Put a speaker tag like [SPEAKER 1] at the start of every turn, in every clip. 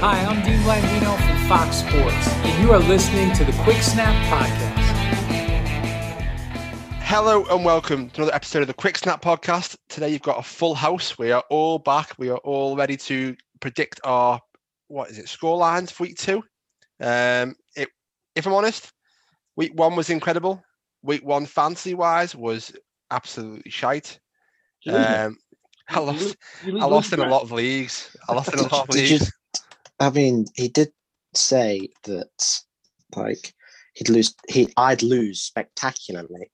[SPEAKER 1] Hi, I'm Dean Blandino from Fox Sports, and you are listening to the Quick Snap Podcast.
[SPEAKER 2] Hello and welcome to another episode of the Quick Snap Podcast. Today you've got a full house. We are all back. We are all ready to predict our what is it score lines for week two. Um, it, if I'm honest, week one was incredible. Week one, fantasy wise, was absolutely shite.
[SPEAKER 3] Uh,
[SPEAKER 2] Um, I lost. I lost in a lot of leagues. I lost in a lot of
[SPEAKER 4] Did you-
[SPEAKER 2] leagues.
[SPEAKER 4] I mean, he did say that, like, he'd lose. He, I'd lose spectacularly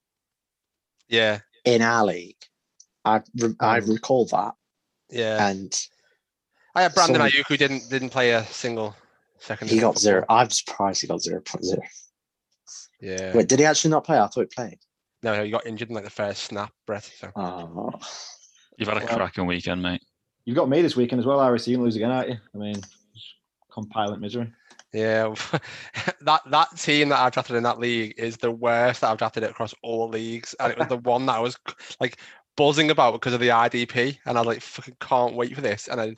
[SPEAKER 2] Yeah,
[SPEAKER 4] in our league. I, re- I recall that,
[SPEAKER 2] Oh. yeah.
[SPEAKER 4] and
[SPEAKER 2] I had Brandon
[SPEAKER 4] someone-
[SPEAKER 2] Ayuk who didn't didn't play a single second.
[SPEAKER 4] he
[SPEAKER 2] of
[SPEAKER 4] got
[SPEAKER 2] football.
[SPEAKER 4] zero. I'm surprised he got zero point zero.
[SPEAKER 2] Yeah.
[SPEAKER 4] Wait, did he actually not play? I thought he played.
[SPEAKER 2] No, no, he got injured in like the first snap, Brett. So
[SPEAKER 4] Oh,
[SPEAKER 5] You've had a
[SPEAKER 3] Well-
[SPEAKER 5] cracking weekend, mate.
[SPEAKER 3] You've got me this weekend as well, Iris. You can lose again, aren't you? I mean, just compiling misery.
[SPEAKER 2] yeah, that that team that I've drafted in that league is the worst that I've drafted across all leagues, and it was the one that I was like buzzing about because of the IDP, and I was like fucking can't wait for this, and I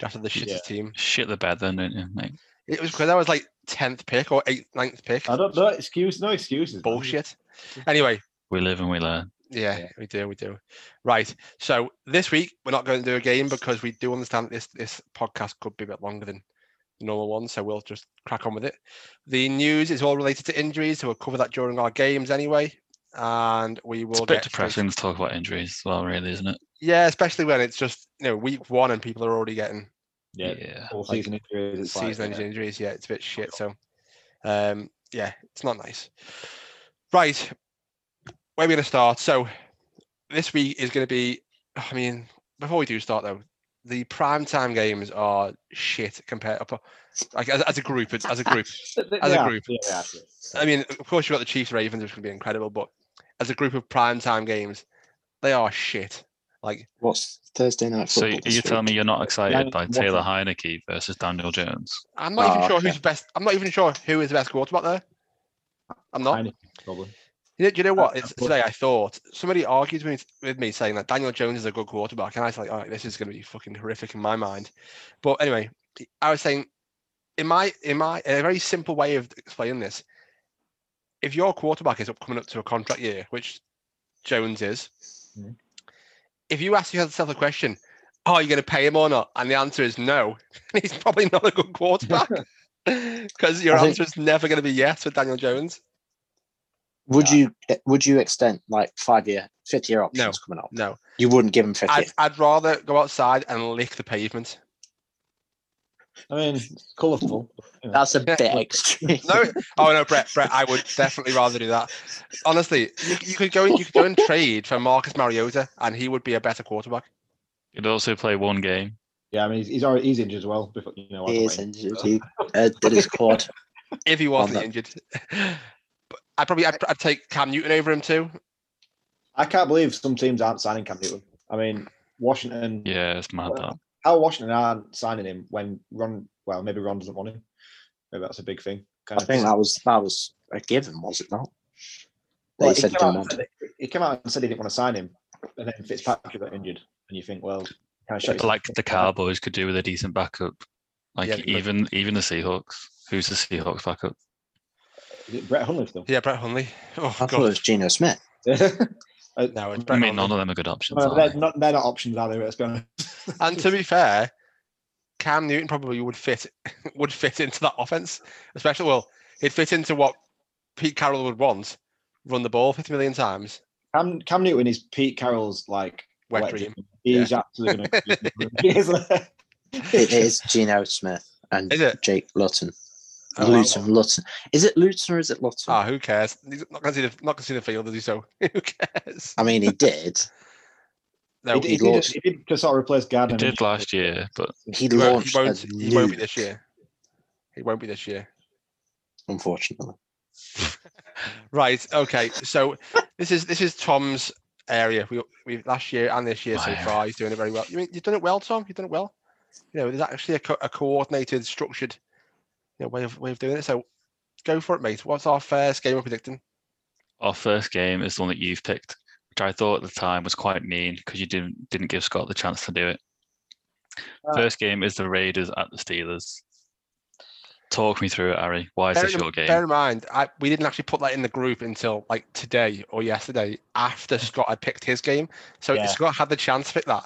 [SPEAKER 2] drafted the shittest
[SPEAKER 3] Yeah.
[SPEAKER 2] team.
[SPEAKER 5] Shit the bed then, don't you, mate?
[SPEAKER 2] It was because I was like tenth pick or eighth, ninth pick.
[SPEAKER 3] I don't know. Excuse, no excuses. man.
[SPEAKER 2] Bullshit. Anyway,
[SPEAKER 5] We live and we learn.
[SPEAKER 2] Yeah,
[SPEAKER 3] Yeah.
[SPEAKER 2] we do, we do. Right. So this week we're not going to do a game because we do understand that this this podcast could be a bit longer than the normal one, so we'll just crack on with it. The news is all related to injuries, so we'll cover that during our games anyway. And we will
[SPEAKER 5] It's a
[SPEAKER 2] get
[SPEAKER 5] bit
[SPEAKER 2] straight-
[SPEAKER 5] depressing to talk about injuries as well, really, isn't it?
[SPEAKER 2] Yeah, especially when it's just you know week one and people are already getting
[SPEAKER 3] Yeah.
[SPEAKER 5] yeah.
[SPEAKER 3] All
[SPEAKER 2] Like,
[SPEAKER 3] season injuries. It's like,
[SPEAKER 2] season
[SPEAKER 3] yeah.
[SPEAKER 2] ending injuries. Yeah, it's a bit shit. So, um, yeah, it's not nice. Right, where are we going to start? So, this week is going to be. I mean, before we do start though, the prime time games are shit compared up like as, as a group. it's- As a group,
[SPEAKER 3] Th- th-
[SPEAKER 2] as
[SPEAKER 3] they
[SPEAKER 2] a
[SPEAKER 3] are-
[SPEAKER 2] group.
[SPEAKER 3] yeah, they are shit.
[SPEAKER 2] I mean, of course you've got the Chiefs Ravens, which can be incredible, but as a group of prime time games, they are shit. Like,
[SPEAKER 4] what's Thursday night
[SPEAKER 5] So
[SPEAKER 4] football?
[SPEAKER 5] you- you telling me you're not excited
[SPEAKER 3] Yeah,
[SPEAKER 5] by
[SPEAKER 3] what-
[SPEAKER 5] Taylor Heineke versus Daniel Jones?
[SPEAKER 2] I'm not even
[SPEAKER 4] Oh,
[SPEAKER 2] sure
[SPEAKER 4] okay.
[SPEAKER 2] who's the best. I'm not even sure who is the best quarterback there. I'm not.
[SPEAKER 3] Heineken, probably.
[SPEAKER 2] You know, do you know what?
[SPEAKER 3] Uh,
[SPEAKER 2] It's,
[SPEAKER 3] but-
[SPEAKER 2] today I thought somebody argued with me, with me saying that Daniel Jones is a good quarterback, and I was like, "All right, this is going to be fucking horrific in my mind." But anyway, I was saying, in my in my in a very simple way of explaining this, if your quarterback is up coming up to a contract year, which Jones is,
[SPEAKER 4] Hmm.
[SPEAKER 3] Mhm.
[SPEAKER 2] if you ask yourself the question, "Are you going to pay him or not?" and the answer is no, he's probably not a good quarterback because your
[SPEAKER 4] I think-
[SPEAKER 2] answer is never going to be yes with Daniel Jones.
[SPEAKER 4] Would you eh, would you extend like five year, fifty year options coming up?
[SPEAKER 2] No.
[SPEAKER 4] You wouldn't give him fifty.
[SPEAKER 2] I'd, I'd rather go outside and lick the pavement.
[SPEAKER 3] I mean, it's colourful. but, you know.
[SPEAKER 4] That's a
[SPEAKER 2] Yeah.
[SPEAKER 4] bit extreme.
[SPEAKER 2] No, oh no, Brett, Brett, I would definitely rather do that. Honestly, you, you could go and you could go and trade for Marcus Mariota, and he would be a better quarterback.
[SPEAKER 5] You'd also play one game.
[SPEAKER 3] Yeah, I mean, he's, he's already he's injured as well. Before, you know,
[SPEAKER 4] He
[SPEAKER 3] I
[SPEAKER 4] is
[SPEAKER 3] don't
[SPEAKER 4] injured. He uh, did his quad.
[SPEAKER 2] If he wasn't
[SPEAKER 4] that-
[SPEAKER 2] injured, but I probably I'd, I'd take Cam Newton over him too.
[SPEAKER 3] I can't believe some teams aren't signing Cam Newton. I mean, Washington.
[SPEAKER 5] Yeah, it's mad
[SPEAKER 3] Well,
[SPEAKER 5] that.
[SPEAKER 3] How Washington aren't signing him when Ron? Well, maybe Ron doesn't want him. Maybe that's a big thing. Kind
[SPEAKER 4] I think that was that was a given, was it not? They
[SPEAKER 3] Well, he,
[SPEAKER 4] said
[SPEAKER 3] came
[SPEAKER 4] to
[SPEAKER 3] out
[SPEAKER 4] him,
[SPEAKER 3] and said it- he came out and said he didn't want to sign him, and then Fitzpatrick got injured, and you think, well, kind of shows
[SPEAKER 5] Like the Cowboys could do with a decent backup. Like
[SPEAKER 2] Yeah, but-
[SPEAKER 5] even even the Seahawks. Who's the Seahawks backup?
[SPEAKER 3] Is it Brett Hundley still?
[SPEAKER 2] Yeah, Brett Hundley. Oh
[SPEAKER 4] I thought it
[SPEAKER 2] god,
[SPEAKER 4] was Geno Smith.
[SPEAKER 3] Uh,
[SPEAKER 2] no, it's
[SPEAKER 5] I
[SPEAKER 2] Brett
[SPEAKER 5] mean, none
[SPEAKER 2] Hundley.
[SPEAKER 5] of them are good options.
[SPEAKER 3] well,
[SPEAKER 5] are
[SPEAKER 3] they're,
[SPEAKER 5] they?
[SPEAKER 3] not, they're not options, are they? Let's be honest.
[SPEAKER 2] And to be fair, Cam Newton probably would fit would fit into that offense, especially well, he'd fit into what Pete Carroll would want: run the ball 50 million times.
[SPEAKER 3] Cam, Cam Newton is Pete Carroll's like
[SPEAKER 2] Wet
[SPEAKER 3] wet
[SPEAKER 2] dream.
[SPEAKER 3] He's absolutely going to.
[SPEAKER 4] It is Geno Smith and
[SPEAKER 2] Is it?
[SPEAKER 4] Jake Lutton.
[SPEAKER 2] Oh, wow.
[SPEAKER 4] Luton, Luton. Is it Luton or is it Lutton?
[SPEAKER 2] Ah, who cares? He's not going to see the not going to see the field, is he? So who cares?
[SPEAKER 4] I mean, he did.
[SPEAKER 2] No,
[SPEAKER 3] he,
[SPEAKER 4] he
[SPEAKER 3] did- he, did,
[SPEAKER 4] lost.
[SPEAKER 3] he did to sort of replace
[SPEAKER 5] He
[SPEAKER 3] Gardner.
[SPEAKER 5] did last year, but
[SPEAKER 4] He
[SPEAKER 2] he won't,
[SPEAKER 4] launched.
[SPEAKER 2] he won't,
[SPEAKER 4] a
[SPEAKER 2] he won't be
[SPEAKER 4] nuke,
[SPEAKER 2] this year. He won't be this year.
[SPEAKER 4] Unfortunately,
[SPEAKER 2] Right. Okay. So this is this is Tom's area. We we last year and this year so
[SPEAKER 5] Wow.
[SPEAKER 2] far. He's doing it very well. You mean you've done it well, Tom? You've done it well. You know, there's actually a, co- a coordinated, structured, you know, way of way of doing it. So go for it, mate. What's our first game we're predicting?
[SPEAKER 5] our first game is the one that you've picked, which I thought at the time was quite mean because you didn't didn't give Scott the chance to do it.
[SPEAKER 3] Uh,
[SPEAKER 5] First game is the Raiders at the Steelers. Talk me through it, Harry. Why is
[SPEAKER 2] Bear
[SPEAKER 5] this
[SPEAKER 2] in-
[SPEAKER 5] your game?
[SPEAKER 2] Bear in mind, I, we didn't actually put that in the group until like today or yesterday after Scott had picked his game. So
[SPEAKER 3] Yeah.
[SPEAKER 2] Scott had the chance to pick that,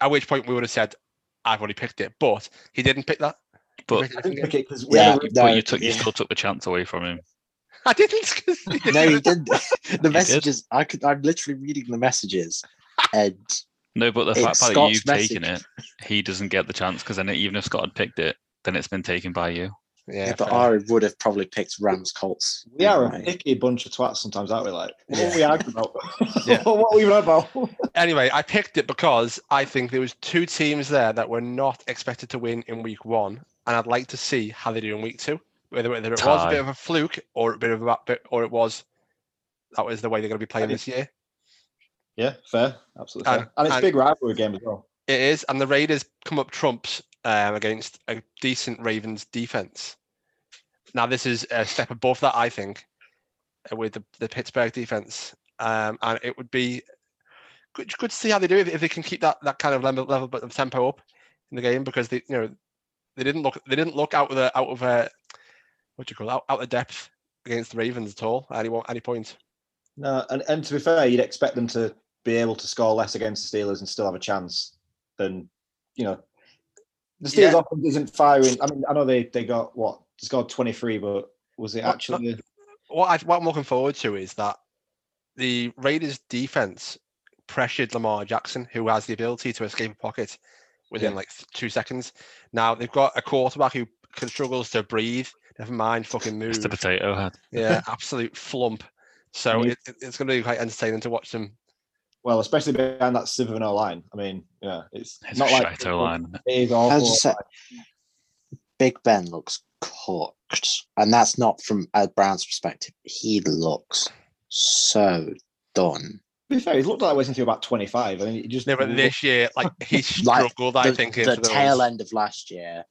[SPEAKER 2] at which point we would have said, I've already picked it, but he didn't pick that. He
[SPEAKER 5] But-
[SPEAKER 2] picked a different
[SPEAKER 3] I didn't
[SPEAKER 2] game.
[SPEAKER 3] pick it 'cause we
[SPEAKER 4] yeah.
[SPEAKER 3] had a-
[SPEAKER 4] No,
[SPEAKER 5] but you took you
[SPEAKER 4] yeah.
[SPEAKER 5] still took the chance away from him.
[SPEAKER 2] I didn't. 'cause he
[SPEAKER 4] no, he
[SPEAKER 2] didn't.
[SPEAKER 4] did. The
[SPEAKER 5] did.
[SPEAKER 4] messages. I could. I'm literally reading the messages, and
[SPEAKER 5] No, but the
[SPEAKER 4] It's
[SPEAKER 5] fact that
[SPEAKER 4] Scott's
[SPEAKER 5] you've taken it,
[SPEAKER 4] message.
[SPEAKER 5] he doesn't get the chance because then even if Scott had picked it, then it's been taken by you.
[SPEAKER 2] Yeah,
[SPEAKER 4] yeah, but
[SPEAKER 2] fair.
[SPEAKER 4] I would have probably picked Rams Colts.
[SPEAKER 3] We are a
[SPEAKER 4] anyway.
[SPEAKER 3] picky bunch of twats sometimes, aren't we? Like, what
[SPEAKER 4] Yeah.
[SPEAKER 3] we argue about?
[SPEAKER 2] Yeah.
[SPEAKER 3] what we know about?
[SPEAKER 2] anyway, I picked it because I think there was two teams there that were not expected to win in week one, and I'd like to see how they do in week two. Whether, whether it was a
[SPEAKER 5] Tie.
[SPEAKER 2] bit of a fluke or a bit of a bit, or it was that was the way they're going to be playing this year.
[SPEAKER 3] Yeah, fair, absolutely.
[SPEAKER 2] And-
[SPEAKER 3] fair. And it's
[SPEAKER 2] and-
[SPEAKER 3] big rivalry game as well.
[SPEAKER 2] It is, and the Raiders come up trumps um, against a decent Ravens defense. Now this is a step above that, I think, uh, with the, the Pittsburgh defense, um, and it would be good, good to see how they do if, if they can keep that, that kind of level level but of tempo up in the game because they you know they didn't look they didn't look out of the out of uh, what do you call it, out out of depth against the Ravens at all at any one- any point.
[SPEAKER 3] No, and, and to be fair, you'd expect them to be able to score less against the Steelers and still have a chance than, you know, the Steelers
[SPEAKER 2] Yeah.
[SPEAKER 3] offense isn't firing. I mean, I know they, they got what scored 23, but was it
[SPEAKER 2] Not-
[SPEAKER 3] actually?
[SPEAKER 2] what I what I'm looking forward to is that the Raiders defense pressured Lamar Jackson, who has the ability to escape a pocket within
[SPEAKER 3] Yeah.
[SPEAKER 2] like th- two seconds. Now they've got a quarterback who can struggles to breathe. Never mind, fucking move.
[SPEAKER 5] Mr. Potato Head.
[SPEAKER 2] Yeah, absolute flump. So
[SPEAKER 3] Yeah.
[SPEAKER 2] it, it- it's going to be quite entertaining to watch them.
[SPEAKER 3] Well, especially behind that Silverno line. I mean, yeah, it's,
[SPEAKER 5] It's
[SPEAKER 3] not
[SPEAKER 5] a
[SPEAKER 3] like
[SPEAKER 5] shite line. isn't it?
[SPEAKER 3] It is
[SPEAKER 4] I
[SPEAKER 3] awful.
[SPEAKER 4] was just saying, Big Ben looks cooked, and that's not from Ed Brown's perspective. He looks so done.
[SPEAKER 3] to be fair, he's looked like that way since he was about 25. I mean, he just
[SPEAKER 2] No, but this year, like he
[SPEAKER 4] Like,
[SPEAKER 2] struggled. I
[SPEAKER 4] the,
[SPEAKER 2] think
[SPEAKER 4] the
[SPEAKER 2] into those.
[SPEAKER 4] tail end of last year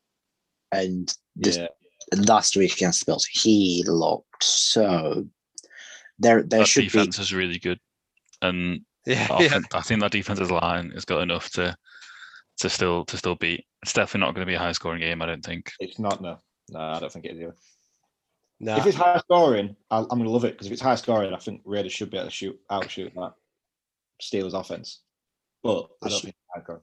[SPEAKER 4] and this
[SPEAKER 3] Yeah.
[SPEAKER 4] last week against the Bills, he looked so. There, there
[SPEAKER 5] That
[SPEAKER 4] should
[SPEAKER 5] defense is really good, and
[SPEAKER 2] Yeah,
[SPEAKER 5] I
[SPEAKER 2] yeah.
[SPEAKER 5] think, I think that defensive line has got enough to to still to still beat. It's definitely not going to be a high scoring game, I don't think.
[SPEAKER 3] It's not, no. No, I don't think it is either.
[SPEAKER 2] Nah.
[SPEAKER 3] If it's high scoring, I'll, I'm going to love it because if it's high scoring, I think Raiders should be able to shoot outshoot that Steelers offense. But I don't think it's high scoring.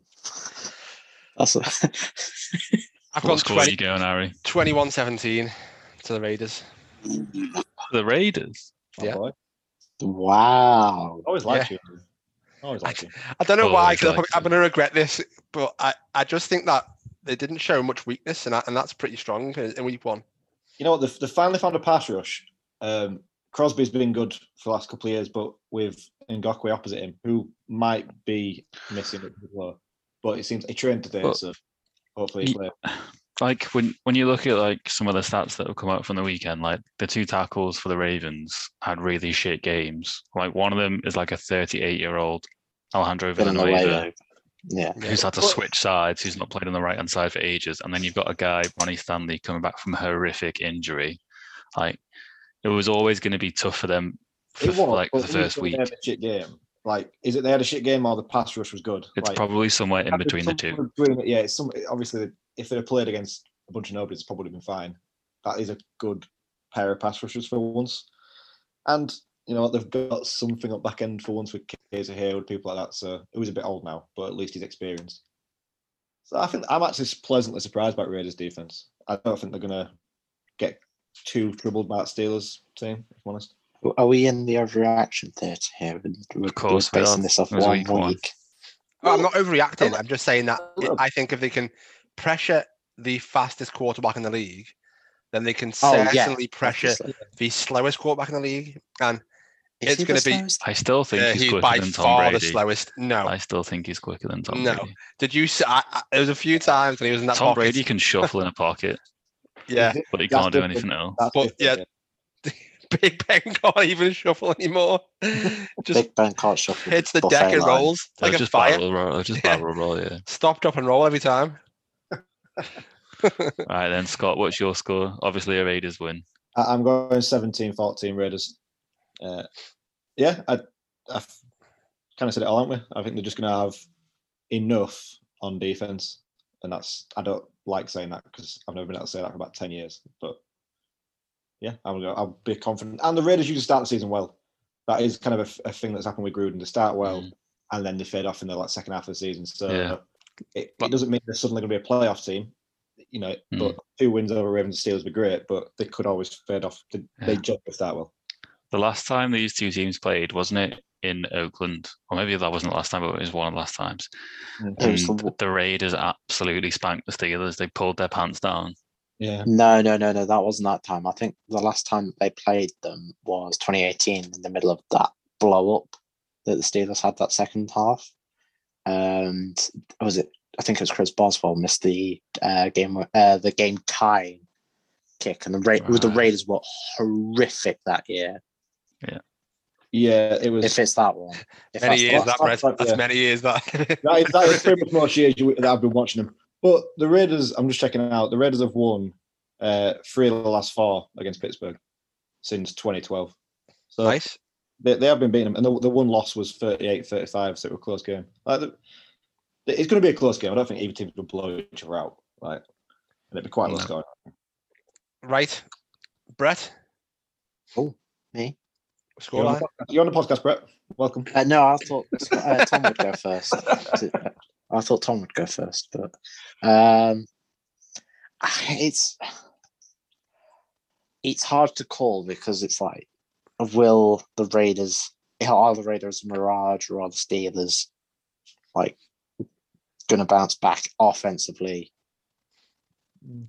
[SPEAKER 4] be. That's a-
[SPEAKER 2] I've
[SPEAKER 5] What
[SPEAKER 2] gone
[SPEAKER 5] score are
[SPEAKER 2] 20,
[SPEAKER 5] you going, Harry?
[SPEAKER 2] 21-17 to the Raiders.
[SPEAKER 5] The Raiders.
[SPEAKER 3] My
[SPEAKER 2] Yeah.
[SPEAKER 3] boy.
[SPEAKER 4] wow.
[SPEAKER 2] Oh,
[SPEAKER 3] Always like you. Always
[SPEAKER 2] I
[SPEAKER 3] like you.
[SPEAKER 2] I don't know
[SPEAKER 5] Oh,
[SPEAKER 2] why.
[SPEAKER 5] it's
[SPEAKER 2] 'cause I'm,
[SPEAKER 5] like-
[SPEAKER 2] I'm going to regret this, but I, I just think that they didn't show much weakness, and I, and that's pretty strong in in week one.
[SPEAKER 3] You know what? They, they finally found a pass rush. Um, Crosby's been good for the last couple of years, but with Ngakwe opposite him, who might be missing at the blow. But it seems he trained today,
[SPEAKER 5] But-
[SPEAKER 3] so hopefully he
[SPEAKER 5] Ye-
[SPEAKER 3] plays.
[SPEAKER 5] like when when you look at like some of the stats that have come out from the weekend, like the two tackles for the Ravens had really shit games. Like one of them is like a 38 year old Alejandro Villanueva
[SPEAKER 4] Villanueva. Yeah.
[SPEAKER 5] who's had to
[SPEAKER 3] Well-
[SPEAKER 5] switch sides, who's not played on the right hand side for ages, and then you've got a guy Ronnie Stanley coming back from horrific injury. Like it was always going to be tough for them. For,
[SPEAKER 3] It was
[SPEAKER 5] like
[SPEAKER 3] but
[SPEAKER 5] for the
[SPEAKER 3] at least
[SPEAKER 5] first
[SPEAKER 3] they
[SPEAKER 5] week,
[SPEAKER 3] had a shit game. Like, is it they had a shit game or the pass rush was good?
[SPEAKER 5] it's
[SPEAKER 3] like,
[SPEAKER 5] probably somewhere in
[SPEAKER 3] I'd be
[SPEAKER 5] between the two.
[SPEAKER 3] somewhere between it, yeah, it's some obviously if they'd have played against a bunch of nobodies, it's probably been fine. That is a good pair of pass rushers for once. And you know what? They've got something up back end for once with Kaiser Hayward, people like that. So it was a bit old now, but at least he's experienced. So I think I'm actually pleasantly surprised by Raiders defense. I don't think they're gonna get too troubled by that Steelers team, if I'm honest.
[SPEAKER 4] Are we in the overreaction theatre here? We're,
[SPEAKER 5] Of course we
[SPEAKER 4] we're
[SPEAKER 5] are.
[SPEAKER 4] basing this off
[SPEAKER 5] It was
[SPEAKER 4] one
[SPEAKER 5] week
[SPEAKER 4] week.
[SPEAKER 5] one.
[SPEAKER 2] Oh, I'm not overreacting.
[SPEAKER 3] Well,
[SPEAKER 2] I'm just saying that it-
[SPEAKER 3] well.
[SPEAKER 2] I think if they can pressure the fastest quarterback in the league, then they can
[SPEAKER 4] Oh, yeah,
[SPEAKER 2] certainly pressure
[SPEAKER 4] Obviously.
[SPEAKER 2] the slowest quarterback in the league. And
[SPEAKER 4] Is
[SPEAKER 2] It's
[SPEAKER 4] he the
[SPEAKER 2] gonna be-
[SPEAKER 4] slowest?
[SPEAKER 5] I still think
[SPEAKER 2] uh,
[SPEAKER 5] he's,
[SPEAKER 2] he's
[SPEAKER 5] quicker
[SPEAKER 2] by
[SPEAKER 5] than Tom
[SPEAKER 2] far the
[SPEAKER 5] Brady.
[SPEAKER 2] slowest. No,
[SPEAKER 5] I still think he's quicker than Tom
[SPEAKER 2] No.
[SPEAKER 5] Brady.
[SPEAKER 2] did you? See, I, I, there was a few times when he was in that
[SPEAKER 5] Tom
[SPEAKER 2] pocket.
[SPEAKER 5] Brady can shuffle in a pocket,
[SPEAKER 2] Yeah,
[SPEAKER 5] but he
[SPEAKER 3] That's
[SPEAKER 5] can't do
[SPEAKER 3] different.
[SPEAKER 5] anything else.
[SPEAKER 3] That's
[SPEAKER 2] But,
[SPEAKER 3] different,
[SPEAKER 2] yeah, Big Ben can't even shuffle anymore. Just
[SPEAKER 4] Big Ben can't shuffle.
[SPEAKER 2] hits the
[SPEAKER 4] buffet
[SPEAKER 2] deck and
[SPEAKER 4] line.
[SPEAKER 2] rolls
[SPEAKER 5] They'll
[SPEAKER 2] like a
[SPEAKER 5] just
[SPEAKER 2] fire.
[SPEAKER 5] barrel roll. they'll Just
[SPEAKER 2] Yeah.
[SPEAKER 5] barrel roll. Yeah.
[SPEAKER 2] Stop, drop, and roll every time.
[SPEAKER 5] All right then, Scott. What's your score? Obviously, a Raiders win.
[SPEAKER 3] I- I'm going 17 14 Raiders. Uh, yeah, I, I've kind of said it all, aren't we? I think they're just going to have enough on defense. And that's, I don't like saying that because I've never been able to say that for about 10 years. But yeah, I'm going to, I'll be confident. And the Raiders usually start the season well. That is kind of a f- a, thing that's happened with Gruden. They start well
[SPEAKER 5] Mm.
[SPEAKER 3] and then they fade off in the like, second half of the season. So
[SPEAKER 5] Yeah.
[SPEAKER 3] it,
[SPEAKER 2] But-
[SPEAKER 3] it doesn't mean they're suddenly going to be a playoff team you know,
[SPEAKER 5] Mm.
[SPEAKER 3] but two wins over Ravens and Steelers would be great, but they could always fade off. They, they
[SPEAKER 5] Yeah.
[SPEAKER 3] jump if that well.
[SPEAKER 5] The last time these two teams played, wasn't it in Oakland? Or maybe that wasn't the last time, but it was one of the last times.
[SPEAKER 4] It was
[SPEAKER 5] And
[SPEAKER 4] the-
[SPEAKER 5] the Raiders absolutely spanked the Steelers. They pulled their pants down.
[SPEAKER 3] Yeah.
[SPEAKER 4] No, no, no, no. That wasn't that time. I think the last time they played them was 2018 in the middle of that blow up that the Steelers had that second half. And was it? I think it was Chris Boswell missed the uh, game, uh, the game tying kick, and the, Ra- the
[SPEAKER 5] Right.
[SPEAKER 4] Raiders were horrific that year.
[SPEAKER 3] Yeah, it was.
[SPEAKER 4] If it's that one, if
[SPEAKER 2] Many
[SPEAKER 4] that's the
[SPEAKER 2] years
[SPEAKER 4] last
[SPEAKER 2] that,
[SPEAKER 4] time-
[SPEAKER 2] Brett.
[SPEAKER 3] like,
[SPEAKER 2] That's
[SPEAKER 3] yeah.
[SPEAKER 2] many years that.
[SPEAKER 3] that is, that is pretty much most years you, that I've been watching them. But the Raiders, I'm just checking it out. The Raiders have won uh, three of the last four against Pittsburgh since 2012. So
[SPEAKER 2] nice.
[SPEAKER 3] they, they have been beating them. And the, the one loss was 38 35, so it was a close game. Like the, It's going to be a close game. I don't think either team's going to blow each other out. Like, and it'd be quite low
[SPEAKER 5] No.
[SPEAKER 3] scoring.
[SPEAKER 2] Right, Brett.
[SPEAKER 4] Oh, Me?
[SPEAKER 2] Score
[SPEAKER 3] You're on,
[SPEAKER 2] line.
[SPEAKER 3] the, pod- you're on the podcast, Brett. Welcome.
[SPEAKER 4] Uh, no, I thought uh, Tom would go first. I thought Tom would go first, but um, it's it's hard to call because it's like, will the Raiders are the Raiders mirage or are the Steelers like going to bounce back offensively,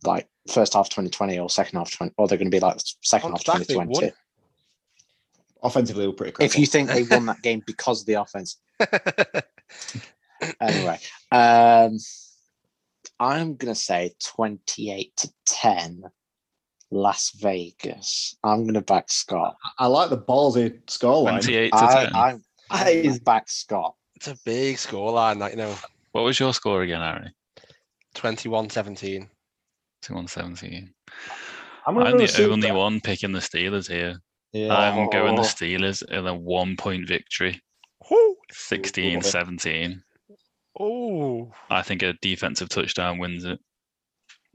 [SPEAKER 4] like first half twenty twenty or second half twenty, or they're going to be like second
[SPEAKER 2] Bounce
[SPEAKER 4] half
[SPEAKER 2] back,
[SPEAKER 4] twenty
[SPEAKER 2] they won.
[SPEAKER 4] twenty?
[SPEAKER 3] Offensively, we're pretty
[SPEAKER 4] If
[SPEAKER 3] critical.
[SPEAKER 4] you think they won that game because of the offense, anyway, um, I'm gonna say 28 to 10, Las Vegas. I'm gonna back Scott.
[SPEAKER 3] I like the ballsy scoreline.
[SPEAKER 5] 28 to 10.
[SPEAKER 4] Oh, I, am
[SPEAKER 3] I-
[SPEAKER 4] I'm gonna back Scott.
[SPEAKER 2] it's a big score line. Like, you know,
[SPEAKER 5] What was your score again, Harry?
[SPEAKER 2] 21-17.
[SPEAKER 5] 2117.
[SPEAKER 3] I'm
[SPEAKER 5] I'm,
[SPEAKER 3] gonna
[SPEAKER 5] the
[SPEAKER 3] assume
[SPEAKER 5] only
[SPEAKER 3] that-
[SPEAKER 5] one picking the Steelers here.
[SPEAKER 3] Yeah.
[SPEAKER 5] I'm going the
[SPEAKER 4] Oh.
[SPEAKER 5] Steelers in a one point victory,
[SPEAKER 2] Whoo!
[SPEAKER 5] 16 17.
[SPEAKER 2] Oh,
[SPEAKER 5] I think a defensive touchdown wins it.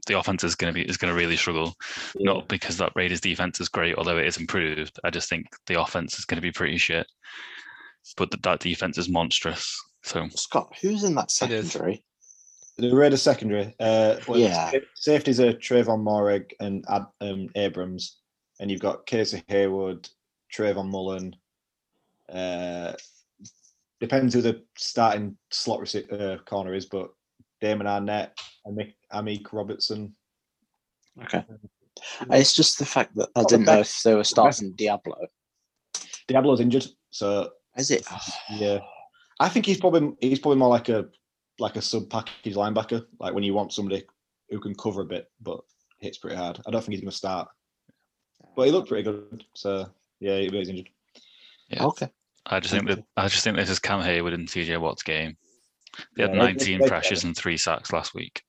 [SPEAKER 5] The offense is going to be is going to really struggle,
[SPEAKER 3] Yeah.
[SPEAKER 5] not because that Raiders defense is great, although it is improved. I just think the offense is going to be pretty shit, but that that defense is monstrous. So
[SPEAKER 4] Scott, who's in that
[SPEAKER 2] It is.
[SPEAKER 4] secondary?
[SPEAKER 3] the Raiders secondary. Uh, well,
[SPEAKER 4] Yeah.
[SPEAKER 3] sa- Safeties are Trayvon Morig and Ad, um, Abrams, and you've got Casey Hayward, Trayvon Mullen. Uh, depends who the starting slot rece- uh, corner is, but Damon Arnett and Mick, Amik Robertson.
[SPEAKER 4] Okay. It's just the fact that I
[SPEAKER 3] Not the
[SPEAKER 4] didn't know
[SPEAKER 3] best-
[SPEAKER 4] if they were starting Diablo.
[SPEAKER 3] Diablo's injured, so
[SPEAKER 4] Is it?
[SPEAKER 3] Yeah, I think he's probably he's probably more like a like a sub package linebacker, like when you want somebody who can cover a bit but hits pretty hard. I don't think he's going to start, but he looked pretty good. So yeah, he was injured.
[SPEAKER 5] yeah,
[SPEAKER 4] Oh, Okay.
[SPEAKER 5] I just think that I just think this is Cam Hayward and TJ Watt's game. They had
[SPEAKER 3] Yeah, they- they
[SPEAKER 5] 19
[SPEAKER 3] played
[SPEAKER 5] pressures and three sacks last week,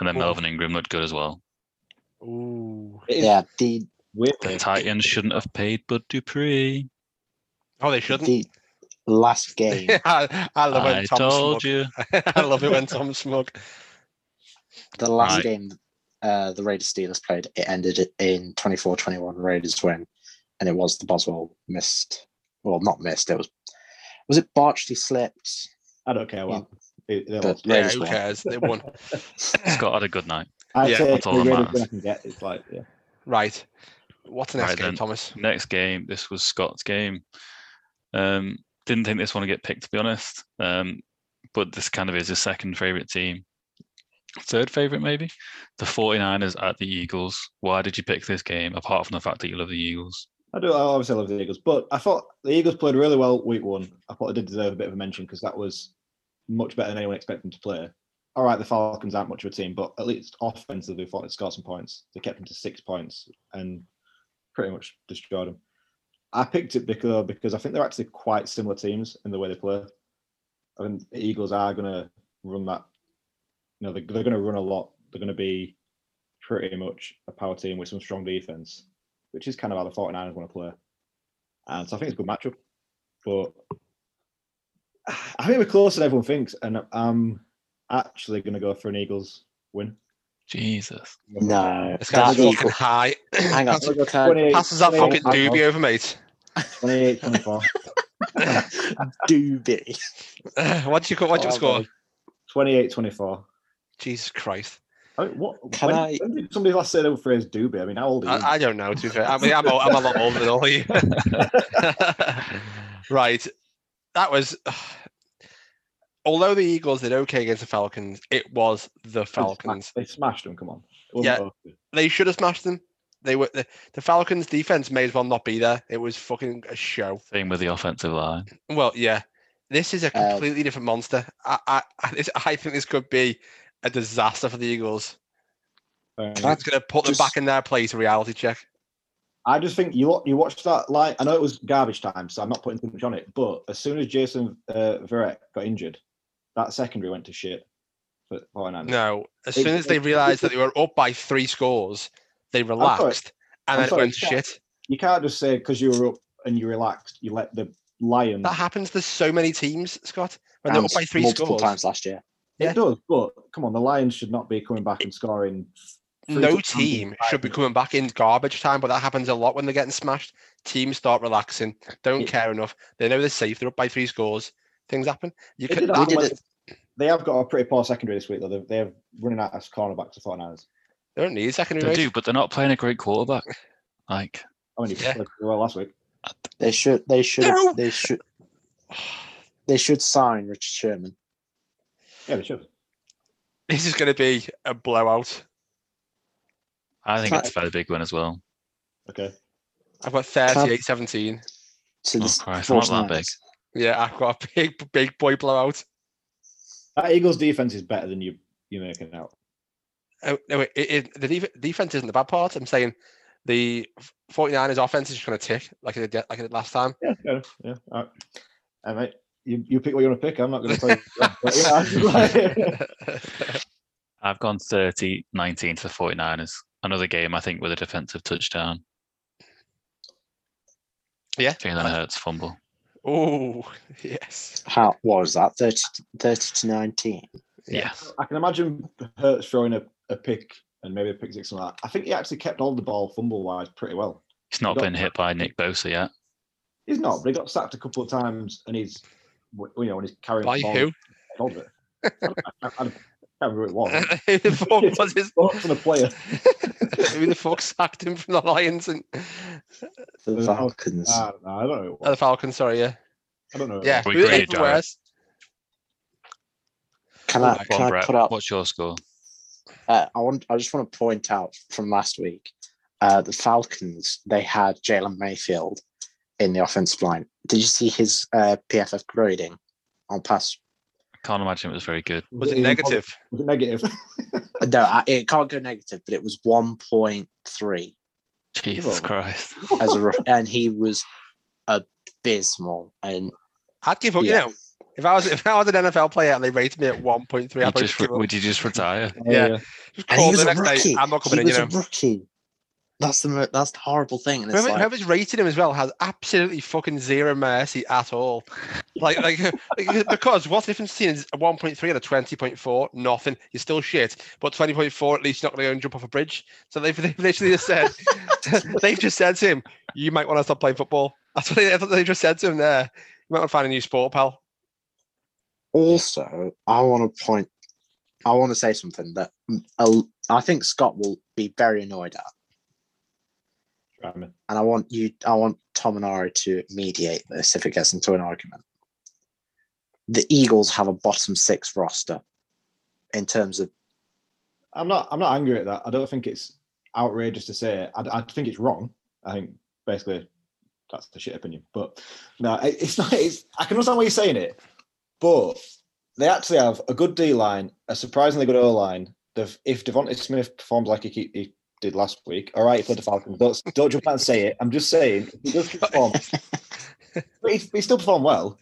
[SPEAKER 5] and then
[SPEAKER 2] Oh.
[SPEAKER 5] Melvin Ingram looked good as well.
[SPEAKER 2] ooh.
[SPEAKER 3] It is
[SPEAKER 4] Yeah, the,
[SPEAKER 3] weird.
[SPEAKER 5] The Titans shouldn't have paid Bud Dupree.
[SPEAKER 2] Oh, they shouldn't.
[SPEAKER 4] the last game.
[SPEAKER 2] I, I love when
[SPEAKER 5] I
[SPEAKER 2] Tom
[SPEAKER 5] told
[SPEAKER 2] smug.
[SPEAKER 5] you.
[SPEAKER 2] I love it when Tom smug.
[SPEAKER 4] the last
[SPEAKER 5] Right.
[SPEAKER 4] game uh, the Raiders Steelers played, it ended in 24 21 Raiders win. And it was the Boswell missed. Well, not missed. It was, was it botched? He slipped.
[SPEAKER 3] I don't care what. It- there
[SPEAKER 4] But-
[SPEAKER 3] was-
[SPEAKER 2] Yeah,
[SPEAKER 4] Raiders
[SPEAKER 2] who
[SPEAKER 4] won.
[SPEAKER 2] cares? They won.
[SPEAKER 5] Scott had a good night.
[SPEAKER 3] I
[SPEAKER 2] Yeah,
[SPEAKER 3] take
[SPEAKER 5] that's all
[SPEAKER 3] the
[SPEAKER 5] that
[SPEAKER 3] Raiders
[SPEAKER 5] matters.
[SPEAKER 3] win I can get. It's like, yeah.
[SPEAKER 2] Right. What's the next
[SPEAKER 5] Right
[SPEAKER 2] game,
[SPEAKER 5] then.
[SPEAKER 2] Thomas?
[SPEAKER 5] Next game, this was Scott's game. Um, didn't think this one would get picked, to be honest. Um, but this kind of is his second favourite team. Third favourite, maybe? The 49ers at the Eagles. Why did you pick this game, apart from the fact that you love the Eagles?
[SPEAKER 3] I do. I obviously love the Eagles, but I thought the Eagles played really well week one. I thought they did deserve a bit of a mention because that was much better than anyone expected them to play. All right, the Falcons aren't much of a team, but at least offensively, I thought they scored some points. They kept them to six points and pretty much destroyed them. I picked it because because I think they're actually quite similar teams in the way they play. I mean, the Eagles are going to run that. You know, they're, they're going to run a lot. They're going to be pretty much a power team with some strong defense which is kind of how the 49ers want to play. And so I think it's a good matchup. But I think we're closer than everyone thinks. And I'm actually going to go for an Eagles win.
[SPEAKER 5] Jesus.
[SPEAKER 4] No.
[SPEAKER 2] This guy's
[SPEAKER 4] that
[SPEAKER 2] fucking
[SPEAKER 4] Eagle-
[SPEAKER 2] high.
[SPEAKER 4] Hang on.
[SPEAKER 2] Passes-
[SPEAKER 4] Twenty-
[SPEAKER 2] Passes that fucking
[SPEAKER 4] 28,
[SPEAKER 2] doobie over, mate.
[SPEAKER 4] 28 24. Doobie.
[SPEAKER 2] what do you what do
[SPEAKER 3] Oh,
[SPEAKER 2] you score?
[SPEAKER 3] 28 24.
[SPEAKER 2] Jesus Christ!
[SPEAKER 3] I mean, what,
[SPEAKER 4] Can
[SPEAKER 3] when,
[SPEAKER 4] I-
[SPEAKER 3] when did somebody last say the phrase doobie? I mean, how old are you?
[SPEAKER 2] I, I don't know. To be fair, I mean, I'm, a- I'm a lot older than all of you. right, that was. Although the Eagles did okay against the Falcons, it was the Falcons.
[SPEAKER 3] They smashed them, come on. It wasn't
[SPEAKER 2] Yeah.
[SPEAKER 3] over.
[SPEAKER 2] they should have smashed them. They were the, the Falcons' defense may as well not be there. It was fucking a show.
[SPEAKER 5] Same with the offensive line.
[SPEAKER 2] Well, yeah, this is a
[SPEAKER 4] Uh,
[SPEAKER 2] completely different monster. I, I, I, this, I think this could be a disaster for the Eagles.
[SPEAKER 3] Fair
[SPEAKER 4] Can
[SPEAKER 3] enough.
[SPEAKER 2] It's going to put them back
[SPEAKER 4] just-
[SPEAKER 2] in their place. A reality check.
[SPEAKER 3] I just think you wa- you watched that like I know it was garbage time, so I'm not putting too much on it. But as soon as Jason uh, Verrett got injured, that secondary went to shit for 49ers.
[SPEAKER 2] No, as
[SPEAKER 3] It-
[SPEAKER 2] soon as they
[SPEAKER 3] it-
[SPEAKER 2] realized that they were up by three scores, they relaxed and
[SPEAKER 3] I'm
[SPEAKER 2] then it
[SPEAKER 3] sorry,
[SPEAKER 2] went to
[SPEAKER 3] Scott.
[SPEAKER 2] shit.
[SPEAKER 3] You can't just say because you were up and you relaxed, you let the Lions.
[SPEAKER 2] That happens to so many teams, Scott. When they're up
[SPEAKER 4] Rams
[SPEAKER 2] by three
[SPEAKER 4] multiple
[SPEAKER 2] scores,
[SPEAKER 4] times last year.
[SPEAKER 2] yeah.
[SPEAKER 3] It does, but come on, the Lions should not be coming back and scoring. three
[SPEAKER 2] no
[SPEAKER 3] touchdowns in
[SPEAKER 2] team
[SPEAKER 3] five
[SPEAKER 2] should be
[SPEAKER 3] minutes.
[SPEAKER 2] coming back in garbage time, but that happens a lot when they're getting smashed. Teams start relaxing, don't
[SPEAKER 3] It-
[SPEAKER 2] care enough. They know they're safe. They're up by three scores. Things happen. You
[SPEAKER 3] It
[SPEAKER 2] could,
[SPEAKER 3] did
[SPEAKER 2] that-
[SPEAKER 3] happen
[SPEAKER 4] did
[SPEAKER 3] when-
[SPEAKER 4] it.
[SPEAKER 3] They have got a pretty poor secondary this week, though. They they have running out as cornerbacks for 49ers.
[SPEAKER 2] they don't need secondary.
[SPEAKER 5] They
[SPEAKER 2] race.
[SPEAKER 5] do, but they're not playing a great quarterback. Like,
[SPEAKER 3] I mean, you
[SPEAKER 2] Yeah.
[SPEAKER 3] played pretty well last week.
[SPEAKER 4] They should. They should. have-
[SPEAKER 2] No!
[SPEAKER 4] They should. They should sign Richard Sherman.
[SPEAKER 3] Yeah, they should.
[SPEAKER 2] This is going to be a blowout.
[SPEAKER 5] I think
[SPEAKER 4] Can't-
[SPEAKER 5] it's a fairly big win as well.
[SPEAKER 3] Okay.
[SPEAKER 2] I've got 38-17.
[SPEAKER 4] So
[SPEAKER 5] Oh,
[SPEAKER 4] this
[SPEAKER 5] Christ, not that
[SPEAKER 4] 49ers.
[SPEAKER 2] Yeah, I've got a big, big boy blowout.
[SPEAKER 3] That Eagles defense is better than you you making out.
[SPEAKER 2] Oh, no, it, it, the def- defense isn't the bad part. I'm saying the 49ers offense is just going to tick like it did, like it did last time.
[SPEAKER 3] Yeah, fair enough. Yeah. All right. All right. You, you pick what you want to pick. I'm not going to tell you. But yeah, I just like-
[SPEAKER 5] I've gone 30 19 to the 49ers. Another game, I think, with a defensive touchdown.
[SPEAKER 2] Yeah.
[SPEAKER 5] Jalen Hurts fumble.
[SPEAKER 2] oh, yes.
[SPEAKER 4] How what was that? 30, 30 to nineteen.
[SPEAKER 2] Yeah.
[SPEAKER 5] Yes.
[SPEAKER 3] I can imagine Hurts throwing a, a pick and maybe a pick six and that. I think he actually kept all the ball fumble wise pretty well.
[SPEAKER 5] He's not
[SPEAKER 3] Got-
[SPEAKER 5] been hit by Nick Bosa yet.
[SPEAKER 3] He's not, but he got sacked a couple of times and he's, w- you know, when he's carrying
[SPEAKER 2] By
[SPEAKER 3] the ball,
[SPEAKER 2] who?
[SPEAKER 3] Hold it. I, I, I can't remember who it was.
[SPEAKER 2] Who the fuck was his?
[SPEAKER 3] But from the player.
[SPEAKER 2] Who the fuck sacked him from the Lions and uh,
[SPEAKER 4] The
[SPEAKER 3] Uh,
[SPEAKER 4] Falcons.
[SPEAKER 3] I don't know. I don't know. Who it
[SPEAKER 2] the
[SPEAKER 3] was.
[SPEAKER 2] Falcons? Sorry, yeah,
[SPEAKER 3] I don't know. who it
[SPEAKER 2] Uh, yeah.
[SPEAKER 3] was.
[SPEAKER 5] We
[SPEAKER 2] who the
[SPEAKER 5] agree,
[SPEAKER 2] heck was
[SPEAKER 5] Jared.
[SPEAKER 2] worse?
[SPEAKER 4] can I,
[SPEAKER 5] Go on,
[SPEAKER 4] can I
[SPEAKER 5] Oh Brett.
[SPEAKER 4] put out?
[SPEAKER 5] What's your score?
[SPEAKER 4] Uh, I want. I just want to point out from last week, uh, the Falcons. They had Jalen Mayfield in the offensive line. Did you see his uh, PFF grading on pass?
[SPEAKER 5] Can't imagine it was very good.
[SPEAKER 2] Was it
[SPEAKER 3] even
[SPEAKER 2] negative?
[SPEAKER 3] positive? Was it negative?
[SPEAKER 4] No, I, it can't go negative, but it was one point three
[SPEAKER 5] Jesus
[SPEAKER 3] on.
[SPEAKER 5] Christ.
[SPEAKER 4] as a, ref- and he was abysmal. And
[SPEAKER 2] I'd give up. You
[SPEAKER 4] Yeah.
[SPEAKER 2] know, if I was if I was an NFL player and they rated me at one point three, I'd
[SPEAKER 5] Would,
[SPEAKER 2] probably
[SPEAKER 5] just,
[SPEAKER 2] just give
[SPEAKER 5] re-
[SPEAKER 2] up.
[SPEAKER 5] would you just retire?
[SPEAKER 2] Yeah. Just
[SPEAKER 4] And he
[SPEAKER 2] call
[SPEAKER 4] was
[SPEAKER 2] the
[SPEAKER 4] a
[SPEAKER 2] next
[SPEAKER 4] rookie.
[SPEAKER 2] day. I'm not
[SPEAKER 4] he
[SPEAKER 2] coming in.
[SPEAKER 4] was
[SPEAKER 2] You
[SPEAKER 4] a
[SPEAKER 2] know,
[SPEAKER 4] rookie. That's the mo- that's the horrible thing. And it's
[SPEAKER 2] Whoever,
[SPEAKER 4] like,
[SPEAKER 2] whoever's rated him as well has absolutely fucking zero mercy at all. Like, like, like, because what's the difference between a 1.3 and a 20.4? Nothing. You're still shit. But 20.4, at least you're not going to go and jump off a bridge. So they've, they've literally just said, they've just said to him, you might want to stop playing football. That's what they, that's what they just said to him there. You might want to find a new sport, pal.
[SPEAKER 4] also, I want to point. I want to say something that mm, I'll- I think Scott will be very annoyed at,
[SPEAKER 3] Try me.
[SPEAKER 4] and I want you. I want Tom and Ari to mediate this if it gets into an argument. The Eagles have a bottom six roster in terms of
[SPEAKER 3] I'm not. I'm not angry at that. I don't think it's outrageous to say. it. I, I think it's wrong. I think basically that's the shit opinion. But no, it- it's not. It's, I can understand why you're saying it, but they actually have a good D line, a surprisingly good O line. They've, if Devontae Smith performs like he, keep, he did last week, all right, he played the Falcons. Don't, don't jump out and say it. I'm just saying if he does perform. but he, he still performed well.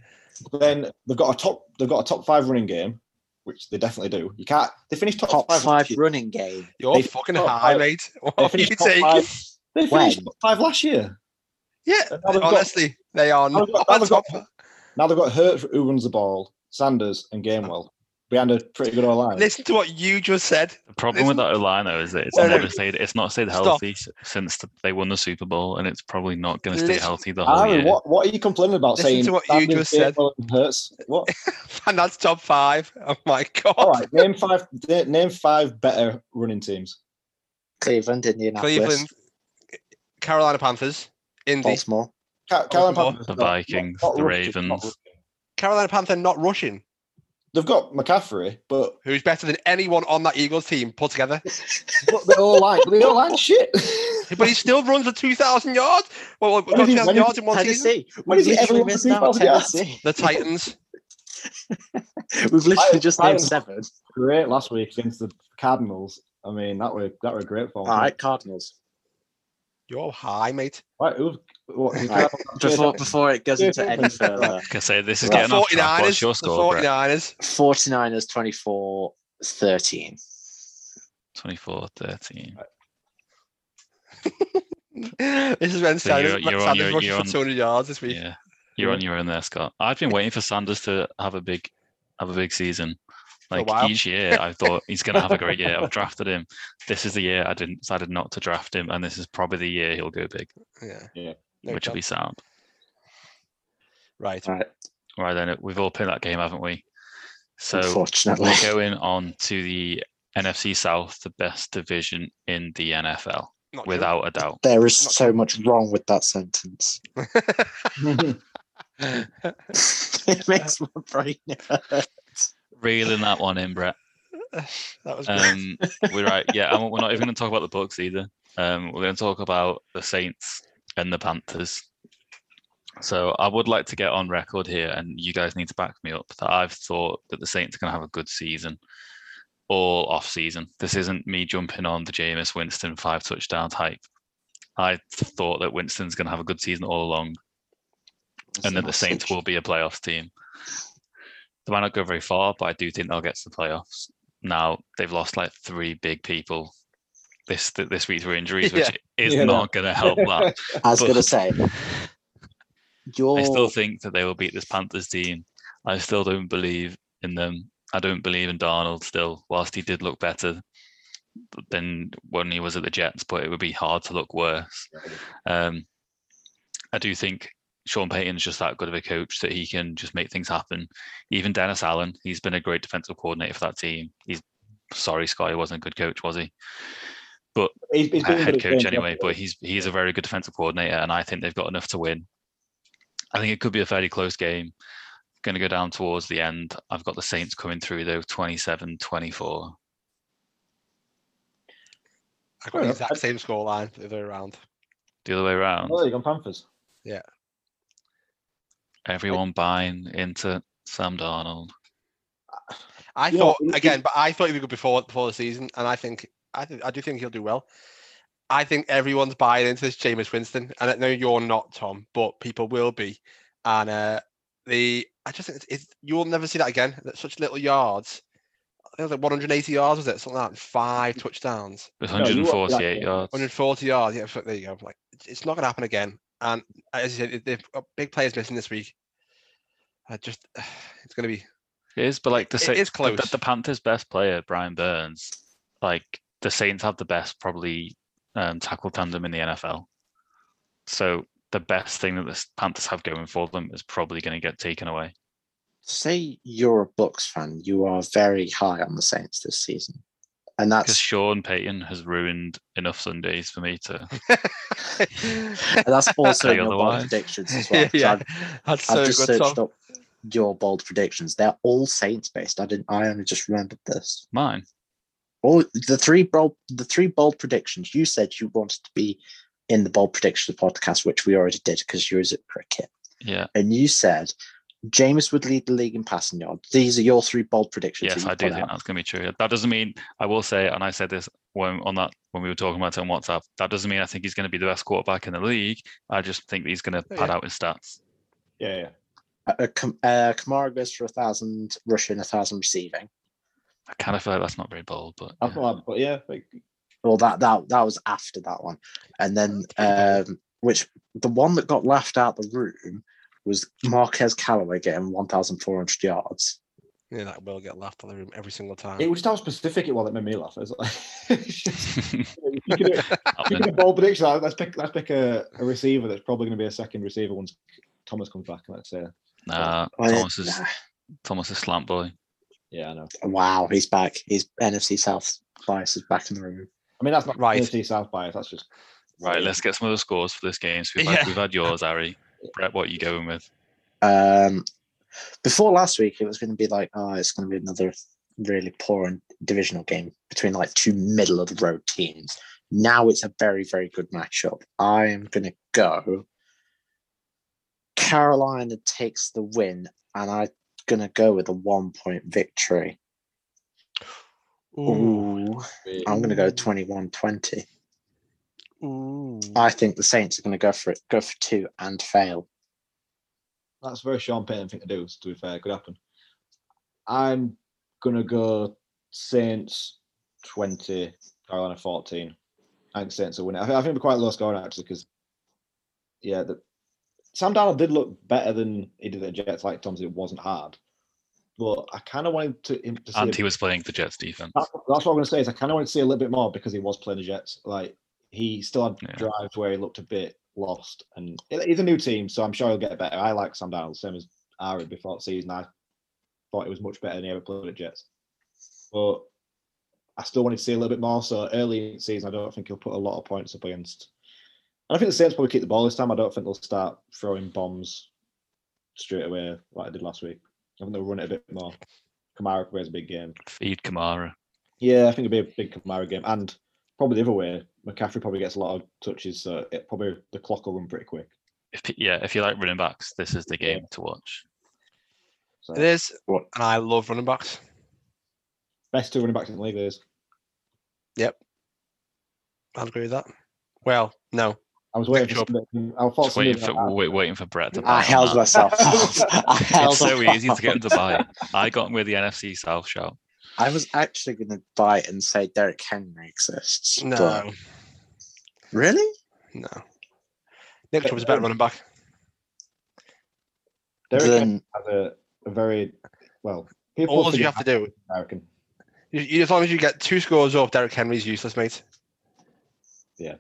[SPEAKER 3] Then they've got a top. They've got a top five running game, which they definitely do. You can't. They finished top,
[SPEAKER 4] top
[SPEAKER 3] five
[SPEAKER 4] five running game.
[SPEAKER 2] You're
[SPEAKER 3] They-
[SPEAKER 2] fucking
[SPEAKER 3] oh,
[SPEAKER 2] high,
[SPEAKER 3] I-
[SPEAKER 2] mate. What
[SPEAKER 3] They
[SPEAKER 2] are you
[SPEAKER 3] finished top
[SPEAKER 2] taking?
[SPEAKER 3] five. They finished
[SPEAKER 4] When?
[SPEAKER 3] top five last year.
[SPEAKER 2] Yeah,
[SPEAKER 3] And now they've got-
[SPEAKER 2] honestly, they are
[SPEAKER 3] now
[SPEAKER 2] not
[SPEAKER 3] they've got- now they've
[SPEAKER 2] top.
[SPEAKER 3] got- Now they've got Hurt who runs the ball, Sanders and Gamewell behind a pretty good O line.
[SPEAKER 2] Listen to what you just said.
[SPEAKER 5] The problem with that line though is that it's
[SPEAKER 2] Wait,
[SPEAKER 5] never
[SPEAKER 2] wait.
[SPEAKER 5] stayed. It's not stayed
[SPEAKER 2] Stop.
[SPEAKER 5] healthy s since th- they won the Super Bowl, and it's probably not going to stay
[SPEAKER 2] Lis-
[SPEAKER 5] healthy the whole
[SPEAKER 3] Aaron,
[SPEAKER 5] year.
[SPEAKER 3] what, what are you complaining about?
[SPEAKER 2] Listen
[SPEAKER 3] saying
[SPEAKER 2] to what you
[SPEAKER 3] Sanders,
[SPEAKER 2] just said.
[SPEAKER 3] Gamewell, and Hurts. What?
[SPEAKER 2] And that's top five. Oh my god.
[SPEAKER 3] All right, name five. da- Name five better running teams.
[SPEAKER 4] Cleveland, Indianapolis,
[SPEAKER 2] Cleveland, Carolina Panthers, Indy.
[SPEAKER 4] Baltimore.
[SPEAKER 3] Ca- Carolina
[SPEAKER 2] Baltimore.
[SPEAKER 3] Panthers
[SPEAKER 5] The
[SPEAKER 3] have got-
[SPEAKER 5] Vikings, the
[SPEAKER 3] rushing, not
[SPEAKER 5] Ravens.
[SPEAKER 3] rushing.
[SPEAKER 2] Carolina Panther not rushing.
[SPEAKER 3] They've got McCaffrey, but
[SPEAKER 2] Who's better than anyone on that Eagles team put together?
[SPEAKER 3] but they all like they all like shit.
[SPEAKER 2] But he still runs for two thousand yards. Well, well,
[SPEAKER 3] When
[SPEAKER 2] got
[SPEAKER 3] is he-
[SPEAKER 2] two thousand
[SPEAKER 3] when
[SPEAKER 2] yards in one
[SPEAKER 3] is
[SPEAKER 2] season.
[SPEAKER 4] Tennessee.
[SPEAKER 3] When
[SPEAKER 4] We've
[SPEAKER 3] is it
[SPEAKER 4] literally
[SPEAKER 3] everyone
[SPEAKER 4] missed
[SPEAKER 3] from
[SPEAKER 4] out
[SPEAKER 3] 2000 yards?
[SPEAKER 4] Tennessee.
[SPEAKER 2] The Titans.
[SPEAKER 4] We've literally just named
[SPEAKER 3] Titans.
[SPEAKER 4] seven.
[SPEAKER 3] great last week against the Cardinals. I mean, that were that were great form.
[SPEAKER 4] All right, Cardinals.
[SPEAKER 2] You're high, mate.
[SPEAKER 3] Right, who, what, who-
[SPEAKER 4] Right,
[SPEAKER 3] Chase
[SPEAKER 4] Before
[SPEAKER 3] Edmonds?
[SPEAKER 4] before it goes into any
[SPEAKER 3] Right.
[SPEAKER 4] further,
[SPEAKER 5] Like I say, this is
[SPEAKER 4] Right.
[SPEAKER 5] getting off track. What's your
[SPEAKER 2] the
[SPEAKER 5] score, Brett?
[SPEAKER 2] 49ers.
[SPEAKER 4] 49ers 24 13.
[SPEAKER 5] 24-13.
[SPEAKER 2] this is when
[SPEAKER 5] So
[SPEAKER 2] Sanders,
[SPEAKER 5] you're-
[SPEAKER 2] Sanders
[SPEAKER 5] you're on- you're-
[SPEAKER 2] rushes
[SPEAKER 5] you're
[SPEAKER 2] for
[SPEAKER 5] on-
[SPEAKER 2] two hundred yards this week.
[SPEAKER 5] Yeah, you're on your own there, Scott. I've been waiting for Sanders to have a big, have a big season.
[SPEAKER 2] a
[SPEAKER 5] Like
[SPEAKER 2] while.
[SPEAKER 5] each year, I thought he's going to have a great year. I've drafted him. This is the year I didn't decided not to draft him, and this is probably the year he'll go big,
[SPEAKER 2] Yeah.
[SPEAKER 3] Yeah.
[SPEAKER 2] No
[SPEAKER 5] which will be
[SPEAKER 2] chance.
[SPEAKER 5] sound.
[SPEAKER 2] right.
[SPEAKER 4] Right,
[SPEAKER 5] Right then, we've all played that game, haven't we? So
[SPEAKER 4] unfortunately.
[SPEAKER 5] we're going on to the NFC South, the best division in the NFL,
[SPEAKER 2] Not true.
[SPEAKER 5] without a doubt.
[SPEAKER 4] There is so much wrong with that sentence. it makes my brain hurt.
[SPEAKER 5] Reeling that one in, Brett.
[SPEAKER 2] that was good.
[SPEAKER 5] Um, we're right. Yeah, and we're not even going to talk about the Bucks either. Um, we're going to talk about the Saints and the Panthers. So I would like to get on record here, and you guys need to back me up that I've thought that the Saints are going to have a good season, all off season. This isn't me jumping on the Jameis Winston five touchdown hype. I thought that Winston's going to have a good season all along, and that the Saints will be a playoffs team. They might not go very far, but I do think they'll get to the playoffs. Now they've lost like three big people this th- this week through injuries, which is
[SPEAKER 3] Yeah.
[SPEAKER 5] not going to help that.
[SPEAKER 4] I was going to
[SPEAKER 5] but-
[SPEAKER 4] say, you're.
[SPEAKER 5] I still think that they will beat this Panthers team. I still don't believe in them. I don't believe in Darnold still, whilst he did look better than when he was at the Jets, but it would be hard to look worse. Um, I do think Sean Payton's just that good of a coach that he can just make things happen. Even Dennis Allen, he's been a great defensive coordinator for that team. He's sorry, Scott, he wasn't a good coach, was he?
[SPEAKER 3] He's- he's
[SPEAKER 5] he
[SPEAKER 3] been good
[SPEAKER 5] head
[SPEAKER 3] at
[SPEAKER 5] coach
[SPEAKER 3] games,
[SPEAKER 5] anyway, but
[SPEAKER 3] hasn't
[SPEAKER 5] he's he's a very good defensive coordinator, and I think they've got enough to win. I think it could be a fairly close game. Going to go down towards the end. I've got the Saints coming through though, 27-24.
[SPEAKER 2] I
[SPEAKER 3] fair
[SPEAKER 2] got the
[SPEAKER 3] enough.
[SPEAKER 2] exact same score line the other way around.
[SPEAKER 5] The other way
[SPEAKER 3] he?
[SPEAKER 5] around,
[SPEAKER 3] Oh, you gone Panthers.
[SPEAKER 5] everyone buying into Sam Darnold.
[SPEAKER 2] I
[SPEAKER 3] Yeah,
[SPEAKER 2] thought
[SPEAKER 3] it- it-
[SPEAKER 2] again, but I thought he'd be good before before the season, and I think I think I do think he'll do well. I think everyone's buying into this Jameis Winston, and I know you're not Tom, but people will be, and uh, the I just think it's, it's, you will never see that again. That such little yards I think it was like 180 yards, was it? Something like that, and five touchdowns,
[SPEAKER 5] It was
[SPEAKER 3] No, you were-
[SPEAKER 5] 148
[SPEAKER 3] yeah.
[SPEAKER 5] yards.
[SPEAKER 2] 140 yards. Yeah, so there you go. Like it's not going to happen again. And as you said, the uh, big players missing this week. I just, it's going to be
[SPEAKER 5] It is, but like the
[SPEAKER 2] It
[SPEAKER 5] Sa-
[SPEAKER 2] is
[SPEAKER 5] the- the-
[SPEAKER 2] close.
[SPEAKER 5] The, Panthers' best player, Brian Burns, like the Saints have the best probably um, tackle tandem in the NFL. So the best thing that the S- Panthers have going for them is probably going to get taken away.
[SPEAKER 4] Say you're a Bucks fan, you are very high on the Saints this season, and
[SPEAKER 5] Because
[SPEAKER 4] that's
[SPEAKER 5] Sean Payton has ruined enough Sundays for me to.
[SPEAKER 4] and that's also
[SPEAKER 5] Say
[SPEAKER 4] your bold
[SPEAKER 5] otherwise.
[SPEAKER 4] predictions as well. 'cause
[SPEAKER 2] yeah,
[SPEAKER 4] I've,
[SPEAKER 2] that's
[SPEAKER 4] I've
[SPEAKER 2] so
[SPEAKER 4] just
[SPEAKER 2] good.
[SPEAKER 4] searched
[SPEAKER 2] Tom.
[SPEAKER 4] up your bold predictions. They're all Saints based. I didn't. I only just remembered this.
[SPEAKER 5] Mine.
[SPEAKER 4] All the three bold, the three bold predictions. You said you wanted to be in the bold predictions podcast, which we already did because you was at cricket.
[SPEAKER 5] Yeah.
[SPEAKER 4] and you said James would lead the league in passing yards. These are your three bold predictions. that
[SPEAKER 5] Yes,
[SPEAKER 4] you
[SPEAKER 5] I do
[SPEAKER 4] put
[SPEAKER 5] think
[SPEAKER 4] out.
[SPEAKER 5] that's going to be true. That doesn't mean I will say, and I said this when on that when we were talking about it on WhatsApp. That doesn't mean I think he's going to be the best quarterback in the league. I just think that he's going to
[SPEAKER 2] Oh,
[SPEAKER 5] pad
[SPEAKER 2] yeah.
[SPEAKER 5] out his stats.
[SPEAKER 3] Yeah, yeah.
[SPEAKER 4] Uh, Kam- uh, Kamara goes for a thousand rushing, a thousand receiving.
[SPEAKER 5] I kind of feel like that's not very bold, but
[SPEAKER 3] I
[SPEAKER 5] yeah.
[SPEAKER 3] thought, but yeah, like,
[SPEAKER 4] Well, that that that was after that one, and then um, which the one that got left out the room was Marquez Callaway getting one thousand four hundred yards.
[SPEAKER 2] Yeah, that will get laughed at the room every single time.
[SPEAKER 3] it was just how specific it was that made me laugh. It's like, you could,
[SPEAKER 5] Happening.
[SPEAKER 3] Speaking of bold prediction, I- let's pick let's pick a, a receiver that's probably going to be a second receiver once Thomas comes back. uh, Let's say,
[SPEAKER 5] Nah,
[SPEAKER 4] Well,
[SPEAKER 5] Thomas is
[SPEAKER 4] nah.
[SPEAKER 5] Thomas is slant boy.
[SPEAKER 3] yeah, I know.
[SPEAKER 4] wow, he's back. He's NFC South bias is back in the room.
[SPEAKER 3] I mean, that's not
[SPEAKER 2] Right.
[SPEAKER 3] right. South bias. That's just
[SPEAKER 5] Right, let's get some of the scores for this game. So we've,
[SPEAKER 2] Yeah.
[SPEAKER 5] had, we've had yours, Ari. Brett, what are you going with?
[SPEAKER 4] Um, before last week, it was going to be like, oh, it's going to be another really poor and divisional game between like two middle of the road teams. Now it's a very, very good matchup. I'm going to go. Carolina takes the win, and I'm going to go with a one point victory. Ooh. I'm going to go 21 20.
[SPEAKER 2] Ooh.
[SPEAKER 4] I think the Saints are going to go for it, go for two and fail.
[SPEAKER 3] that's a very Sean Payton thing to do. To be fair, could happen. I'm gonna go Saints twenty, Carolina fourteen. I think Saints will win it. I, thi- I think we're quite low scoring actually because, yeah, the, Sam Darnold did look better than he did at the Jets. Like Tom said, it wasn't hard, but I kind of wanted to. him to see a
[SPEAKER 5] And he was playing the Jets defense.
[SPEAKER 3] That's, that's what I'm going to say. Is I kind of wanted to see a little bit more because he was playing the Jets. Like he still had
[SPEAKER 5] Yeah.
[SPEAKER 3] drives where he looked a bit lost, and he- he's a new team, so I'm sure he'll get better. I like Sam Darnold, same as Aaron before the season. I thought he was much better than he ever played at Jets, but I still wanted to see a little bit more. So early in the season, I don't think he'll put a lot of points up against. And I think the Saints probably keep the ball this time. I don't think they'll start throwing bombs straight away like I did last week. I think they'll run it a bit more. Kamara plays a big game.
[SPEAKER 5] Feed Kamara.
[SPEAKER 3] Yeah, I think it'd be a big Kamara game, and probably the other way, McCaffrey probably gets a lot of touches, so it probably the clock will run pretty quick.
[SPEAKER 5] If, pe- yeah, if you like running backs, this is the
[SPEAKER 3] Yeah.
[SPEAKER 5] game to watch.
[SPEAKER 3] So
[SPEAKER 2] It is,
[SPEAKER 4] What?
[SPEAKER 2] and I love running backs.
[SPEAKER 3] best two running backs in the league it is.
[SPEAKER 2] I'd agree with that. Well, no.
[SPEAKER 3] I was waiting for
[SPEAKER 2] Job.
[SPEAKER 3] somebody. I thought
[SPEAKER 5] Just
[SPEAKER 3] somebody
[SPEAKER 5] waiting for
[SPEAKER 3] might
[SPEAKER 5] wait, waiting for Brett
[SPEAKER 3] Ah,
[SPEAKER 5] to
[SPEAKER 4] I
[SPEAKER 5] buy.
[SPEAKER 4] held myself off. I held
[SPEAKER 5] Uh-huh. It's so
[SPEAKER 4] off.
[SPEAKER 5] easy to get him to buy. I got him with the NFC South shout.
[SPEAKER 4] I was actually going to buy it and say Derek Henry exists.
[SPEAKER 2] No.
[SPEAKER 4] but- really?
[SPEAKER 2] No. Nick Chubb is a better running back.
[SPEAKER 3] Derrick Henry
[SPEAKER 4] then
[SPEAKER 3] has a, a very well. People
[SPEAKER 2] All you
[SPEAKER 3] forget
[SPEAKER 2] have to do,
[SPEAKER 3] how American.
[SPEAKER 2] you- you- as long as you get two scores off, Derek Henry's useless, mate.
[SPEAKER 3] Yeah.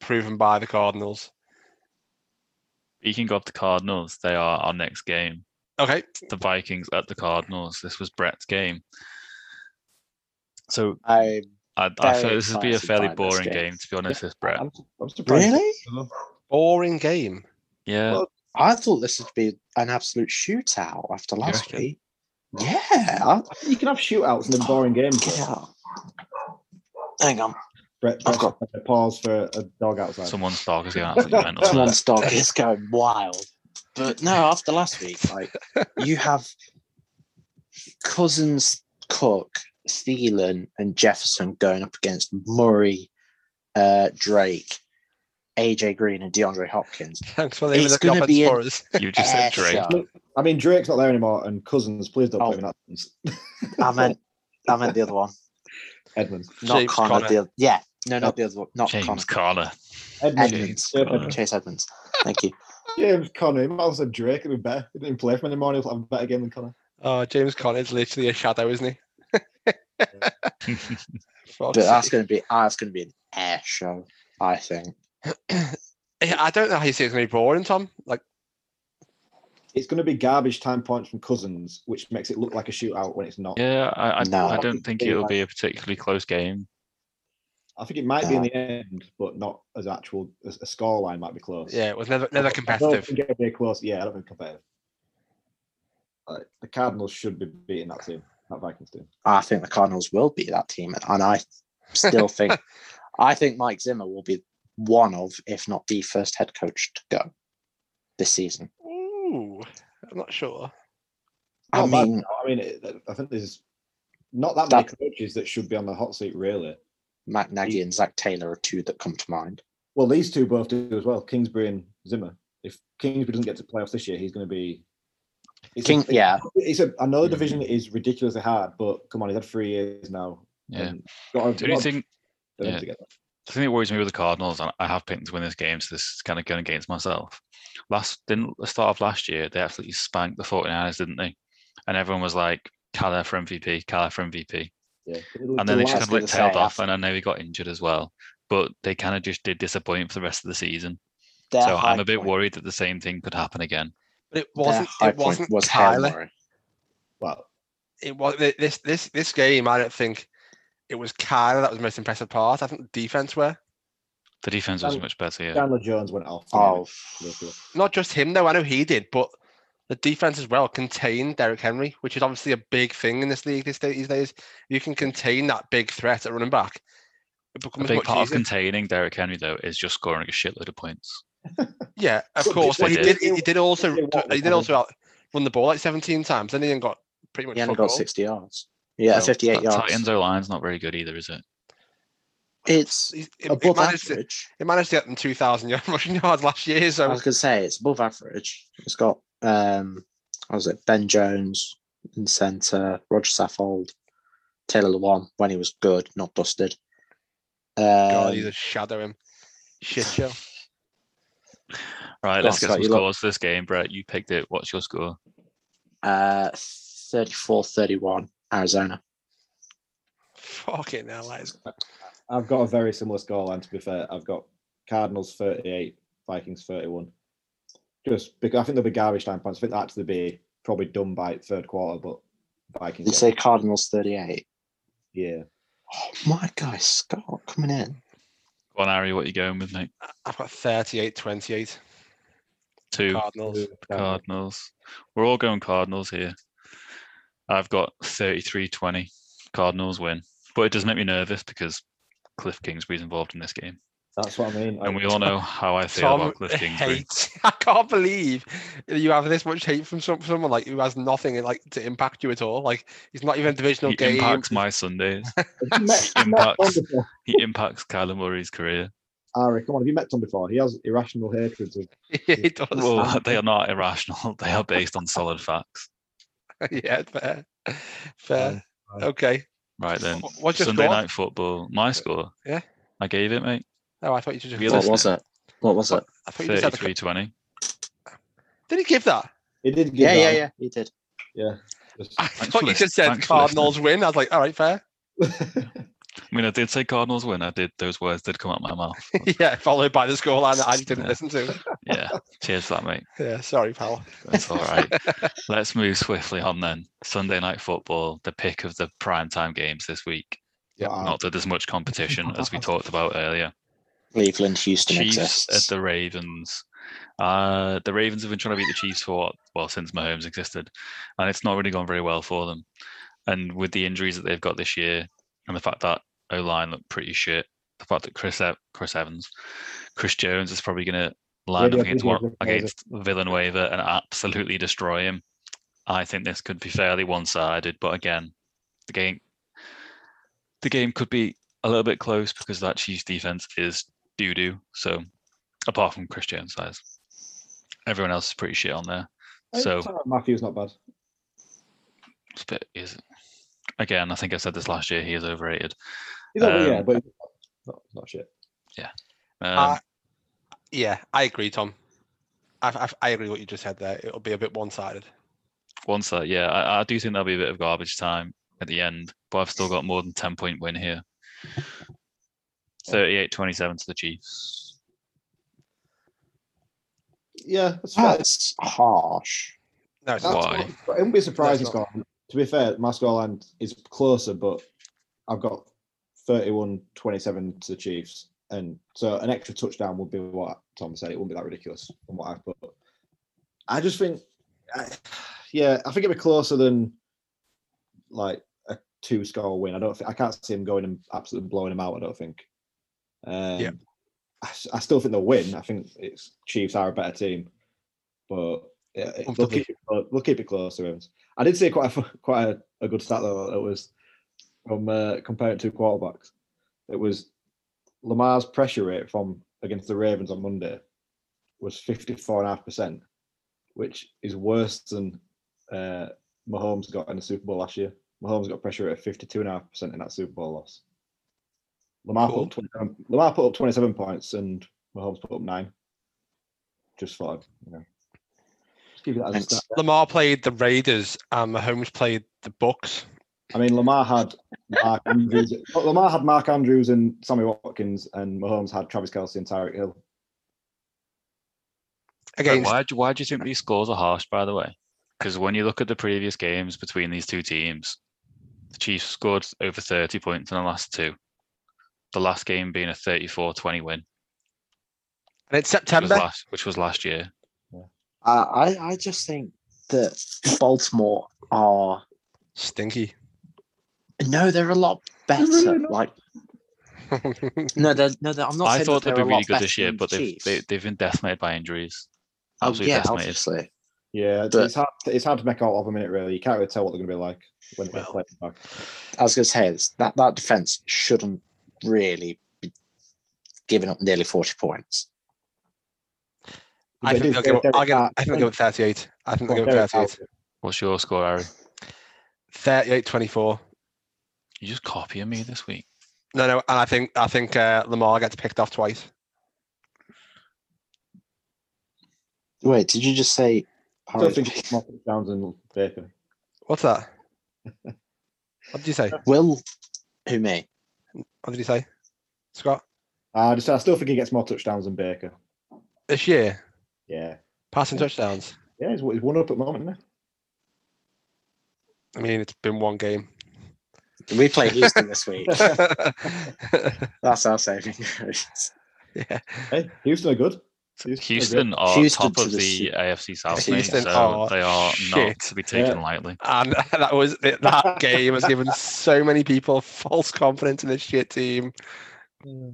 [SPEAKER 2] Proven by the Cardinals.
[SPEAKER 5] Speaking of the Cardinals, they are our next game.
[SPEAKER 2] Okay.
[SPEAKER 5] The Vikings at the Cardinals. This was Brett's game. So
[SPEAKER 4] I
[SPEAKER 5] I, I feel
[SPEAKER 4] Very
[SPEAKER 5] this would be a
[SPEAKER 4] excited
[SPEAKER 5] fairly
[SPEAKER 4] by this
[SPEAKER 5] boring
[SPEAKER 4] game.
[SPEAKER 5] game. to be honest, this Brett.
[SPEAKER 3] I'm, su- I'm surprised.
[SPEAKER 4] really.
[SPEAKER 2] Boring game.
[SPEAKER 5] Yeah.
[SPEAKER 4] Well, I thought this would be an absolute shootout after last
[SPEAKER 5] reckon?
[SPEAKER 4] week. Yeah. I,
[SPEAKER 3] You can have shootouts and then boring games. though.
[SPEAKER 4] yeah. Hang on.
[SPEAKER 3] Brett,
[SPEAKER 4] I've
[SPEAKER 3] Brett pause for a dog outside.
[SPEAKER 5] Someone's dog is going absolutely mental. isn't it?
[SPEAKER 4] Someone's dog is going wild. But no, after last week, like you have Cousins, Cook, Thielen, and Jefferson going up against Murray, uh, Drake, AJ Green, and DeAndre Hopkins.
[SPEAKER 2] Thanks for leaving
[SPEAKER 4] It's
[SPEAKER 2] the the
[SPEAKER 4] gonna
[SPEAKER 2] offense
[SPEAKER 4] be an-
[SPEAKER 2] for us.
[SPEAKER 5] You just said
[SPEAKER 4] Air
[SPEAKER 5] Drake.
[SPEAKER 4] show.
[SPEAKER 3] I mean, Drake's not there anymore, and Cousins, please don't
[SPEAKER 4] Oh.
[SPEAKER 3] put him in that.
[SPEAKER 4] I meant I meant the other one.
[SPEAKER 3] Edmonds.
[SPEAKER 4] Not
[SPEAKER 2] James
[SPEAKER 4] Connor.
[SPEAKER 2] Conner.
[SPEAKER 4] The other, yeah. No, not the other one. Not Connor.
[SPEAKER 5] James Connor.
[SPEAKER 3] Edmonds.
[SPEAKER 4] Edmonds.
[SPEAKER 3] James
[SPEAKER 5] Connor.
[SPEAKER 4] Chase Edmonds. Thank you.
[SPEAKER 3] James Connor. He might have said Drake. It'd be better. He didn't play for him anymore. He'll have a better game than Connor.
[SPEAKER 2] Oh, James Conner is literally a shadow, isn't he? For
[SPEAKER 4] But that's
[SPEAKER 2] City.
[SPEAKER 4] going to be that's going to be an air show. I think
[SPEAKER 2] Yeah, I don't know how you say it's going to be boring, Tom. Like,
[SPEAKER 3] It's going to be garbage time points from Cousins, which makes it look like a shootout when it's not.
[SPEAKER 5] Yeah, I I,
[SPEAKER 4] No.
[SPEAKER 5] I don't think it'll be a particularly close game.
[SPEAKER 3] I think it might be in the end, but not as actual. A, a score line might be close.
[SPEAKER 2] yeah, it was never never
[SPEAKER 3] I don't
[SPEAKER 2] competitive.
[SPEAKER 3] think it'll be close. Yeah, I don't think competitive. Like, the Cardinals should be beating that team, that Vikings team.
[SPEAKER 4] I think the Cardinals will be that team, and I still think I think Mike Zimmer will be one of, if not the first head coach to go this season.
[SPEAKER 2] oh, Ooh, I'm not sure.
[SPEAKER 4] I
[SPEAKER 3] Not bad,
[SPEAKER 4] mean,
[SPEAKER 3] though. I mean, it, I think there's not that many coaches that should be on the hot seat, really.
[SPEAKER 4] Matt Nagy and Zach Taylor are two that come to mind.
[SPEAKER 3] Well, these two both do as well, Kingsbury and Zimmer. If Kingsbury doesn't get to playoffs this year, he's going to be. It's
[SPEAKER 4] King,
[SPEAKER 3] a,
[SPEAKER 4] yeah,
[SPEAKER 3] it's a, another
[SPEAKER 5] Mm.
[SPEAKER 3] division that is ridiculously hard, but come on, he's had three years now.
[SPEAKER 5] Yeah.
[SPEAKER 3] and Got
[SPEAKER 5] The only thing yeah.
[SPEAKER 3] together.
[SPEAKER 5] the thing that worries me with the Cardinals, and I have picked them to win this game, so this is kind of going against myself. Last didn't the start of last year, they absolutely spanked the 49ers, didn't they? And everyone was like, Calla for MVP, Calla for MVP.
[SPEAKER 3] Yeah.
[SPEAKER 5] And then
[SPEAKER 4] The
[SPEAKER 5] they
[SPEAKER 4] last
[SPEAKER 5] just kind of
[SPEAKER 4] thing
[SPEAKER 5] like
[SPEAKER 4] to
[SPEAKER 5] tailed
[SPEAKER 4] say, I
[SPEAKER 5] off, and I know he got injured as well. But they kind of just did disappoint for the rest of the season.
[SPEAKER 4] their
[SPEAKER 5] so
[SPEAKER 4] high
[SPEAKER 5] I'm a bit
[SPEAKER 4] point-
[SPEAKER 5] worried that the same thing could happen again.
[SPEAKER 2] But it
[SPEAKER 4] their
[SPEAKER 2] wasn't.
[SPEAKER 4] high
[SPEAKER 2] It
[SPEAKER 4] point
[SPEAKER 2] wasn't
[SPEAKER 4] was Hail
[SPEAKER 2] Kyler.
[SPEAKER 4] Murray.
[SPEAKER 3] well,
[SPEAKER 2] It was this this this game. I don't think it was Kyler that was the most impressive part. I think the defense were
[SPEAKER 5] The defense was
[SPEAKER 3] Dan-
[SPEAKER 5] much better, yeah.
[SPEAKER 3] Chandler Jones went off.
[SPEAKER 4] Oh,
[SPEAKER 3] Ridiculous.
[SPEAKER 2] not just him though. I know he did, but the defense as well contained Derrick Henry, which is obviously a big thing in this league these days. These days, you can contain that big threat at running back. It
[SPEAKER 5] A
[SPEAKER 2] becomes
[SPEAKER 5] big
[SPEAKER 2] much
[SPEAKER 5] part of
[SPEAKER 2] easier.
[SPEAKER 5] containing Derrick Henry though is just scoring a shitload of points.
[SPEAKER 2] Yeah, of
[SPEAKER 3] But
[SPEAKER 2] course.
[SPEAKER 5] they
[SPEAKER 2] Well, he did.
[SPEAKER 5] did.
[SPEAKER 2] He did also.
[SPEAKER 3] They won't
[SPEAKER 2] He did
[SPEAKER 3] recover.
[SPEAKER 2] also out run the ball like 17 times, and he ain't got pretty much.
[SPEAKER 4] He only
[SPEAKER 2] fuck
[SPEAKER 4] got
[SPEAKER 2] all.
[SPEAKER 4] 60 yards. Yeah,
[SPEAKER 2] So,
[SPEAKER 4] 58
[SPEAKER 5] That
[SPEAKER 4] yards.
[SPEAKER 5] Titans O line's not very good either, is it?
[SPEAKER 4] It's
[SPEAKER 2] He's- It, it,
[SPEAKER 4] above
[SPEAKER 2] managed to,
[SPEAKER 4] average.
[SPEAKER 2] it managed to get them 2,000 yard rushing yards last year,
[SPEAKER 4] I
[SPEAKER 2] so
[SPEAKER 4] was going to say it's above average. It's got um, what was it? Ben Jones in centre, Roger Saffold, Taylor Lewan when he was good, not dusted. Um,
[SPEAKER 2] God, he's a shadow him. Shit show.
[SPEAKER 5] Right,
[SPEAKER 4] Go
[SPEAKER 5] let's
[SPEAKER 4] on,
[SPEAKER 5] get
[SPEAKER 4] Scott,
[SPEAKER 5] some
[SPEAKER 4] you lot.
[SPEAKER 5] scores for this game, Brett. You picked it. What's your score?
[SPEAKER 4] uh, 34-31 Arizona.
[SPEAKER 2] Fucking hell, that is
[SPEAKER 3] I've got a very similar scoreline. To be fair, I've got Cardinals thirty-eight, Vikings thirty-one. Just because I think they'll be garbage time points. I think they'll actually be probably done by third quarter, but Vikings.
[SPEAKER 4] You
[SPEAKER 3] get-
[SPEAKER 4] say Cardinals 38.
[SPEAKER 3] yeah,
[SPEAKER 4] Oh my guy, Scott coming in.
[SPEAKER 5] Go on, Ari, what you going with, mate?
[SPEAKER 2] I've got 38 28
[SPEAKER 5] Two
[SPEAKER 2] Cardinals.
[SPEAKER 3] Cardinals.
[SPEAKER 5] Cardinals. We're all going Cardinals here. I've got 33 20. Cardinals win. But it does make me nervous because Cliff Kingsbury's involved in this game.
[SPEAKER 3] That's what I mean.
[SPEAKER 5] And we all know how I feel
[SPEAKER 2] Tom
[SPEAKER 5] about Cliff Kingsbury.
[SPEAKER 2] hates. I can't believe you have this much hate from some, someone like who has nothing like to impact you at all. Like he's not even a divisional
[SPEAKER 5] He
[SPEAKER 2] game.
[SPEAKER 5] impacts my Sundays.
[SPEAKER 3] Have you met- have you met Tom
[SPEAKER 5] Impacts.
[SPEAKER 3] before?
[SPEAKER 5] He impacts Kyler Murray's career.
[SPEAKER 3] Ari, come on, have you met Tom before? He has irrational hatred. Of,
[SPEAKER 2] yeah, he does.
[SPEAKER 5] Well, they are not irrational. They are based on solid facts.
[SPEAKER 2] yeah, fair. Fair.
[SPEAKER 3] fine.
[SPEAKER 2] Okay.
[SPEAKER 5] Right then.
[SPEAKER 2] Wh- What's your
[SPEAKER 5] Sunday
[SPEAKER 2] score?
[SPEAKER 5] night football. My score.
[SPEAKER 2] Yeah.
[SPEAKER 5] I gave it, mate.
[SPEAKER 2] Oh, I thought you just.
[SPEAKER 5] Be
[SPEAKER 4] What
[SPEAKER 5] listening.
[SPEAKER 4] was it? What was
[SPEAKER 2] What?
[SPEAKER 4] it?
[SPEAKER 2] I thought you just said. the-
[SPEAKER 5] 33 20.
[SPEAKER 2] Did he give that?
[SPEAKER 3] he did. Give
[SPEAKER 4] Yeah, yeah,
[SPEAKER 3] that-
[SPEAKER 4] yeah. He did.
[SPEAKER 3] yeah. Just-
[SPEAKER 2] I thought you just
[SPEAKER 5] Thanks for listening.
[SPEAKER 2] said
[SPEAKER 5] Thanks for listening.
[SPEAKER 2] Cardinals win. I was like, all right, fair.
[SPEAKER 5] I mean, I did say Cardinals win. I did. Those words did come out my mouth. but
[SPEAKER 2] yeah, followed by the scoreline that I didn't
[SPEAKER 5] Yeah.
[SPEAKER 2] listen to.
[SPEAKER 5] yeah. Cheers for that, mate.
[SPEAKER 2] Yeah, sorry, pal.
[SPEAKER 5] That's all right. Let's move swiftly on then. Sunday night football, the pick of the prime time games this week.
[SPEAKER 3] Wow.
[SPEAKER 5] Not that there's much competition, as we talked about earlier.
[SPEAKER 4] Cleveland, Houston
[SPEAKER 5] Chiefs
[SPEAKER 4] exists.
[SPEAKER 5] at the Ravens. Uh, the Ravens have been trying to beat the Chiefs for what? Well, since Mahomes existed, and it's not really gone very well for them. And with the injuries that they've got this year, and the fact that O line looked pretty shit, the fact that Chris Ev- Chris Evans, Chris Jones is probably going to line
[SPEAKER 3] Radio
[SPEAKER 5] up against
[SPEAKER 3] video replays
[SPEAKER 5] one,
[SPEAKER 3] it.
[SPEAKER 5] against Villanueva and absolutely destroy him. I think this could be fairly one-sided, but again, the game the game could be a little bit close because that Chiefs defense is doo doo. So apart from Chris Jones, guys, everyone else is pretty shit on there. So
[SPEAKER 3] Tyrann Matthew's not bad.
[SPEAKER 5] it's a bit- is again, I think I said this last year. He is overrated.
[SPEAKER 3] He's not- yeah,
[SPEAKER 5] Um,
[SPEAKER 3] but he's not, not shit.
[SPEAKER 5] Um,
[SPEAKER 2] I- yeah, I agree, Tom. I, I, I agree what you just said there. It'll be a bit one-sided.
[SPEAKER 5] once that, yeah, I, I do think that'll be a bit of garbage time at the end, but I've still got more than 10 point win here. 38 27 to the Chiefs.
[SPEAKER 3] Yeah, that's fair.
[SPEAKER 4] That's harsh.
[SPEAKER 2] No, it's
[SPEAKER 5] That's
[SPEAKER 2] not.
[SPEAKER 5] why.
[SPEAKER 3] Not, I wouldn't be surprised
[SPEAKER 2] That's
[SPEAKER 3] he's gone. To be fair, my scoreline is closer, but I've got 31 27 to the Chiefs. And so an extra touchdown would be what Tom said. It wouldn't be that ridiculous from what I've put. I just think, I, yeah, I think it'd be closer than like a two score win. I don't think, I can't see him going and absolutely blowing him out. I don't think. Um,
[SPEAKER 2] Yeah.
[SPEAKER 3] I, s- I still think they'll win. I think it's Chiefs are a better team, but yeah, it- they'll,
[SPEAKER 2] Comfortably.
[SPEAKER 3] keep it, clo- they'll keep it close to Ravens. I did see quite a, fu- quite a, a good stat though. It was from uh, comparing two quarterbacks. It was Lamar's pressure rate from against the Ravens on Monday was fifty four and a half percent, which is worse than uh, Mahomes got in the Super Bowl last year. Mahomes got pressure rate of fifty two and a half percent in that Super Bowl loss. Lamar
[SPEAKER 2] Cool.
[SPEAKER 3] put up twenty seven. Lamar put up twenty seven points, and Mahomes put up nine. Just thought, I'd, you know, just give you that as a
[SPEAKER 4] Thanks.
[SPEAKER 3] stat.
[SPEAKER 2] Lamar played the Raiders and Mahomes played the Bucks.
[SPEAKER 3] I mean, Lamar had Mark Andrews. Lamar had Mark Andrews and Sammy Watkins, and Mahomes had Travis Kelsey and Tyreek Hill.
[SPEAKER 5] Right,
[SPEAKER 2] Against
[SPEAKER 5] Why, do- why do you think these scores are harsh, by the way? Because when you look at the previous games between these two teams, the Chiefs scored over 30 points in the last two, the last game being a 34 20 win,
[SPEAKER 2] and it's
[SPEAKER 5] which was,
[SPEAKER 2] September.
[SPEAKER 5] last, which was last year.
[SPEAKER 4] I, Uh, I, I just think that Baltimore are
[SPEAKER 2] Stinky.
[SPEAKER 4] no, they're a lot better. like no, they're no, they're, I'm not.
[SPEAKER 5] I
[SPEAKER 4] saying
[SPEAKER 5] thought
[SPEAKER 4] that they're
[SPEAKER 5] they'd be
[SPEAKER 4] a
[SPEAKER 5] really
[SPEAKER 4] lot
[SPEAKER 5] good
[SPEAKER 4] better
[SPEAKER 5] this year,
[SPEAKER 4] than
[SPEAKER 5] but
[SPEAKER 4] the
[SPEAKER 5] they've,
[SPEAKER 4] Chiefs.
[SPEAKER 5] they, they've been decimated by injuries.
[SPEAKER 4] oh
[SPEAKER 5] Absolutely
[SPEAKER 4] yeah,
[SPEAKER 5] decimated.
[SPEAKER 4] obviously.
[SPEAKER 3] Yeah, it's,
[SPEAKER 4] But-
[SPEAKER 3] it's hard. It's hard to make out of a minute, really. You can't really tell what they're going to be like when they're
[SPEAKER 4] Well,
[SPEAKER 3] playing back.
[SPEAKER 4] I was going to say this, that that defense shouldn't really be giving up nearly forty points.
[SPEAKER 2] I
[SPEAKER 3] They
[SPEAKER 2] think
[SPEAKER 3] did-
[SPEAKER 2] they'll
[SPEAKER 3] they-
[SPEAKER 2] give up.
[SPEAKER 3] they-
[SPEAKER 2] I'll give, I
[SPEAKER 3] they-
[SPEAKER 2] think they'll give up 38. I think they'll give
[SPEAKER 3] Derek
[SPEAKER 2] up 38.
[SPEAKER 5] What's your score, Harry?
[SPEAKER 2] 38 24.
[SPEAKER 5] You're just copying me this week.
[SPEAKER 2] No, no, and I think I think uh, Lamar gets picked off twice.
[SPEAKER 4] Wait, did you just say?
[SPEAKER 3] I don't think it's Moffat, Downs and Baker.
[SPEAKER 2] What's that? what did you say?
[SPEAKER 4] Will who me?
[SPEAKER 2] What did you say, Scott?
[SPEAKER 3] Ah, I just, I still think he gets more touchdowns than Baker.
[SPEAKER 2] This year,
[SPEAKER 3] Yeah,
[SPEAKER 2] passing touchdowns.
[SPEAKER 3] yeah, he's, he's one up at the moment, isn't
[SPEAKER 2] I mean, it's been one game.
[SPEAKER 4] We play Houston this week.
[SPEAKER 2] yeah,
[SPEAKER 4] That's our saving grace.
[SPEAKER 3] he? Hey, Houston are good. Houston,
[SPEAKER 5] Houston are
[SPEAKER 4] Houston
[SPEAKER 5] top
[SPEAKER 4] to
[SPEAKER 5] of
[SPEAKER 4] the
[SPEAKER 5] the
[SPEAKER 4] Su-
[SPEAKER 5] AFC South, mate,
[SPEAKER 2] Houston
[SPEAKER 5] so
[SPEAKER 2] are
[SPEAKER 5] they are
[SPEAKER 2] shit.
[SPEAKER 5] not to be taken
[SPEAKER 3] Yeah.
[SPEAKER 5] lightly.
[SPEAKER 2] and that was that game has given so many people false confidence in this shit team. Oh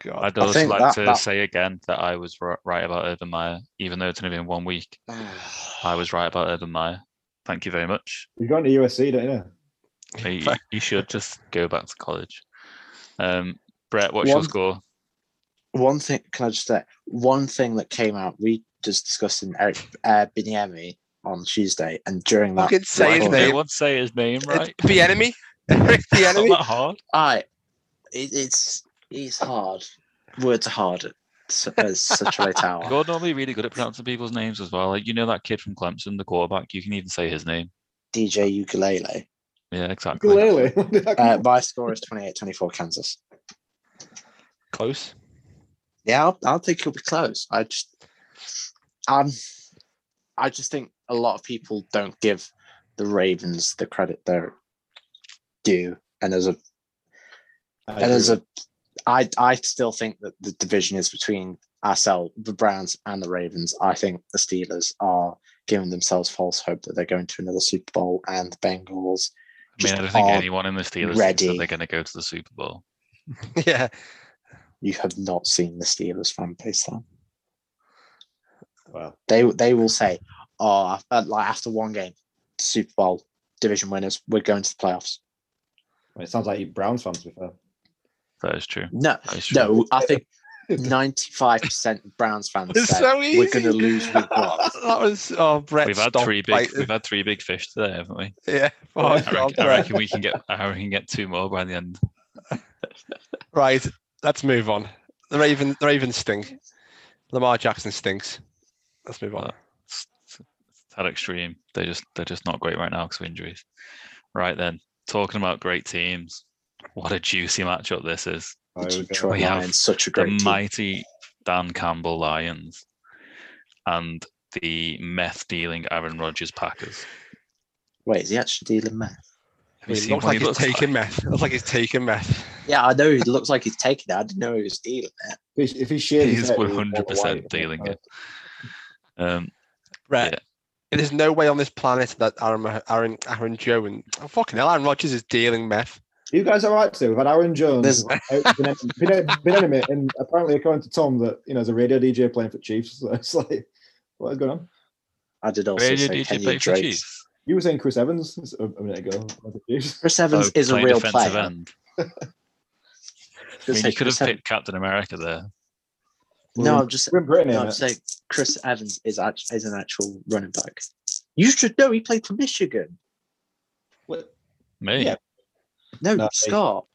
[SPEAKER 2] god.
[SPEAKER 5] I'd also
[SPEAKER 4] think
[SPEAKER 5] like
[SPEAKER 4] that-
[SPEAKER 5] to
[SPEAKER 4] that-
[SPEAKER 5] say again that I was ri- right about Urban Meyer, even though it's only been one week. I
[SPEAKER 4] I
[SPEAKER 5] was right about Urban Meyer. Thank you very much.
[SPEAKER 3] You're going to USC, don't you? know?
[SPEAKER 5] He,
[SPEAKER 2] Fair.
[SPEAKER 5] he should just go back to college. Um, Brett, what's your
[SPEAKER 4] One-
[SPEAKER 5] score?
[SPEAKER 4] one thing can I just say one thing that came out we just discussed in Eric uh, Biniemi on Tuesday and during that
[SPEAKER 2] Fucking say his
[SPEAKER 4] recording,
[SPEAKER 2] name.
[SPEAKER 5] No one say his name right.
[SPEAKER 2] It's the enemy. Eric the
[SPEAKER 5] It's not
[SPEAKER 2] enemy.
[SPEAKER 5] that hard.
[SPEAKER 4] I it, it's it's hard words are hard at su- at such a late hour
[SPEAKER 5] You're normally really good at pronouncing people's names as well. Like you know that kid from Clemson, the quarterback. You can even say his name.
[SPEAKER 4] DJ ukulele
[SPEAKER 5] Yeah, exactly.
[SPEAKER 3] Ukulele. When did that come
[SPEAKER 4] uh,
[SPEAKER 3] up?
[SPEAKER 4] my score is 28-24 Kansas
[SPEAKER 2] Close.
[SPEAKER 4] yeah I'll, I'll think you'll be close I just um I just think a lot of people don't give the Ravens the credit they're due and as a
[SPEAKER 3] I
[SPEAKER 4] And
[SPEAKER 3] agree
[SPEAKER 4] as
[SPEAKER 3] with
[SPEAKER 4] a, I I still think that the division is between ourselves, the Browns, and the Ravens. I think the Steelers are giving themselves false hope that they're going to another Super Bowl, and the Bengals.
[SPEAKER 5] I mean,
[SPEAKER 4] just
[SPEAKER 5] I don't think
[SPEAKER 4] aren't
[SPEAKER 5] anyone in the Steelers thinks that
[SPEAKER 4] ready.
[SPEAKER 5] they're going to go to the Super Bowl.
[SPEAKER 2] Yeah.
[SPEAKER 4] You have not seen the Steelers fan base. Then
[SPEAKER 3] you. Well,
[SPEAKER 4] they they will say, "Oh, af- uh, like after one game, Super Bowl division winners, we're going to the playoffs."
[SPEAKER 3] it sounds like you Browns fans, to be fair.
[SPEAKER 5] That is true.
[SPEAKER 4] No,
[SPEAKER 5] That is true.
[SPEAKER 4] no, I think Ninety-five percent of Browns fans
[SPEAKER 2] It's
[SPEAKER 4] said
[SPEAKER 2] so
[SPEAKER 4] we're going to
[SPEAKER 2] easy."
[SPEAKER 4] lose week one.
[SPEAKER 2] that was oh Brett.
[SPEAKER 5] We've had
[SPEAKER 2] stop
[SPEAKER 5] three big.
[SPEAKER 2] biting.
[SPEAKER 5] We've had three big fish today, haven't we?
[SPEAKER 2] Yeah. Oh,
[SPEAKER 5] I
[SPEAKER 2] God,
[SPEAKER 5] reckon, I
[SPEAKER 2] Brett.
[SPEAKER 5] reckon we can get. I reckon we can get two more by the end.
[SPEAKER 2] Right, let's move on. The Raven, the Ravens stink. Lamar Jackson stinks. Let's move on.
[SPEAKER 5] Well, It's, it's, it's that extreme. They're just they're just not great right now because of injuries. Right then, talking about great teams. What a juicy matchup this is.
[SPEAKER 3] Oh, here we go.
[SPEAKER 4] Detroit
[SPEAKER 5] We have
[SPEAKER 4] Lions, such a
[SPEAKER 5] the
[SPEAKER 4] great team.
[SPEAKER 5] mighty Dan Campbell Lions and the meth dealing Aaron Rodgers Packers.
[SPEAKER 4] Wait, is he actually dealing meth?
[SPEAKER 5] Have
[SPEAKER 2] It
[SPEAKER 5] seen
[SPEAKER 2] looks
[SPEAKER 5] what
[SPEAKER 2] like
[SPEAKER 5] he
[SPEAKER 2] he's
[SPEAKER 5] looks like?
[SPEAKER 2] taking meth. Looks like he's taking meth.
[SPEAKER 4] Yeah, I know. He looks like he's taking it. I didn't know he was dealing it.
[SPEAKER 3] If he- if he shared his
[SPEAKER 5] He's
[SPEAKER 3] hair, he would walk
[SPEAKER 5] 100%
[SPEAKER 3] away.
[SPEAKER 5] dealing it. Um,
[SPEAKER 2] Right.
[SPEAKER 5] Yeah.
[SPEAKER 2] There's no way on this planet that Aaron, Aaron, Aaron Joe and oh, fucking hell, Aaron Rodgers is dealing meth.
[SPEAKER 3] You guys are right too. We've had Aaron Jones,
[SPEAKER 4] There's-
[SPEAKER 3] Benenemy, and apparently according to Tom, that you know, there's a radio DJ playing for Chiefs. So it's like, what is going on?
[SPEAKER 4] I did also
[SPEAKER 5] radio
[SPEAKER 4] say
[SPEAKER 5] DJ
[SPEAKER 4] Kenny
[SPEAKER 5] played for
[SPEAKER 4] Drake.
[SPEAKER 5] Chiefs.
[SPEAKER 3] You were saying Chris Evans a a minute ago. about the Chiefs.
[SPEAKER 4] Chris Evans
[SPEAKER 5] Oh,
[SPEAKER 4] is a
[SPEAKER 5] playing
[SPEAKER 4] real
[SPEAKER 5] defensive
[SPEAKER 4] player.
[SPEAKER 5] end.
[SPEAKER 4] Just
[SPEAKER 5] I
[SPEAKER 4] say
[SPEAKER 5] mean, you could
[SPEAKER 4] Chris
[SPEAKER 5] have
[SPEAKER 4] Evans-
[SPEAKER 5] picked Captain America there.
[SPEAKER 4] No, I'm just
[SPEAKER 3] We're in Britain.
[SPEAKER 4] no,
[SPEAKER 3] ain't
[SPEAKER 4] I'm
[SPEAKER 3] it?
[SPEAKER 4] saying Chris Evans is actually is an actual running back. You should know he played for Michigan.
[SPEAKER 3] What-
[SPEAKER 5] Me.
[SPEAKER 3] Yeah.
[SPEAKER 4] No,
[SPEAKER 3] No, he-
[SPEAKER 4] Scott.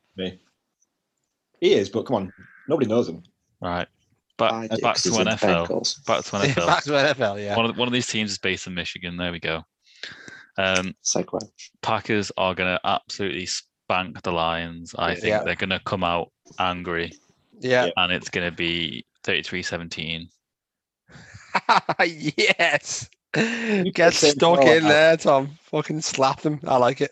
[SPEAKER 3] He is, but come on, nobody knows him.
[SPEAKER 5] Right.
[SPEAKER 4] I
[SPEAKER 5] Back,
[SPEAKER 4] do,
[SPEAKER 5] back
[SPEAKER 4] 'cause
[SPEAKER 5] to
[SPEAKER 4] he's in the
[SPEAKER 5] NFL.
[SPEAKER 4] Bengals.
[SPEAKER 5] Back to NFL.
[SPEAKER 2] Back to NFL, yeah.
[SPEAKER 5] One of, one of these teams is based in Michigan. There we go. Um,
[SPEAKER 4] Segue.
[SPEAKER 5] Packers are going to absolutely spank the Lions. I think
[SPEAKER 2] Yeah.
[SPEAKER 5] they're going to come out angry
[SPEAKER 2] Yeah.
[SPEAKER 5] and it's going to be 33 17.
[SPEAKER 2] yes.
[SPEAKER 3] could
[SPEAKER 2] Get
[SPEAKER 3] say
[SPEAKER 2] stuck
[SPEAKER 3] no,
[SPEAKER 2] in
[SPEAKER 3] I-
[SPEAKER 2] there, Tom. Fucking slap them. I like it.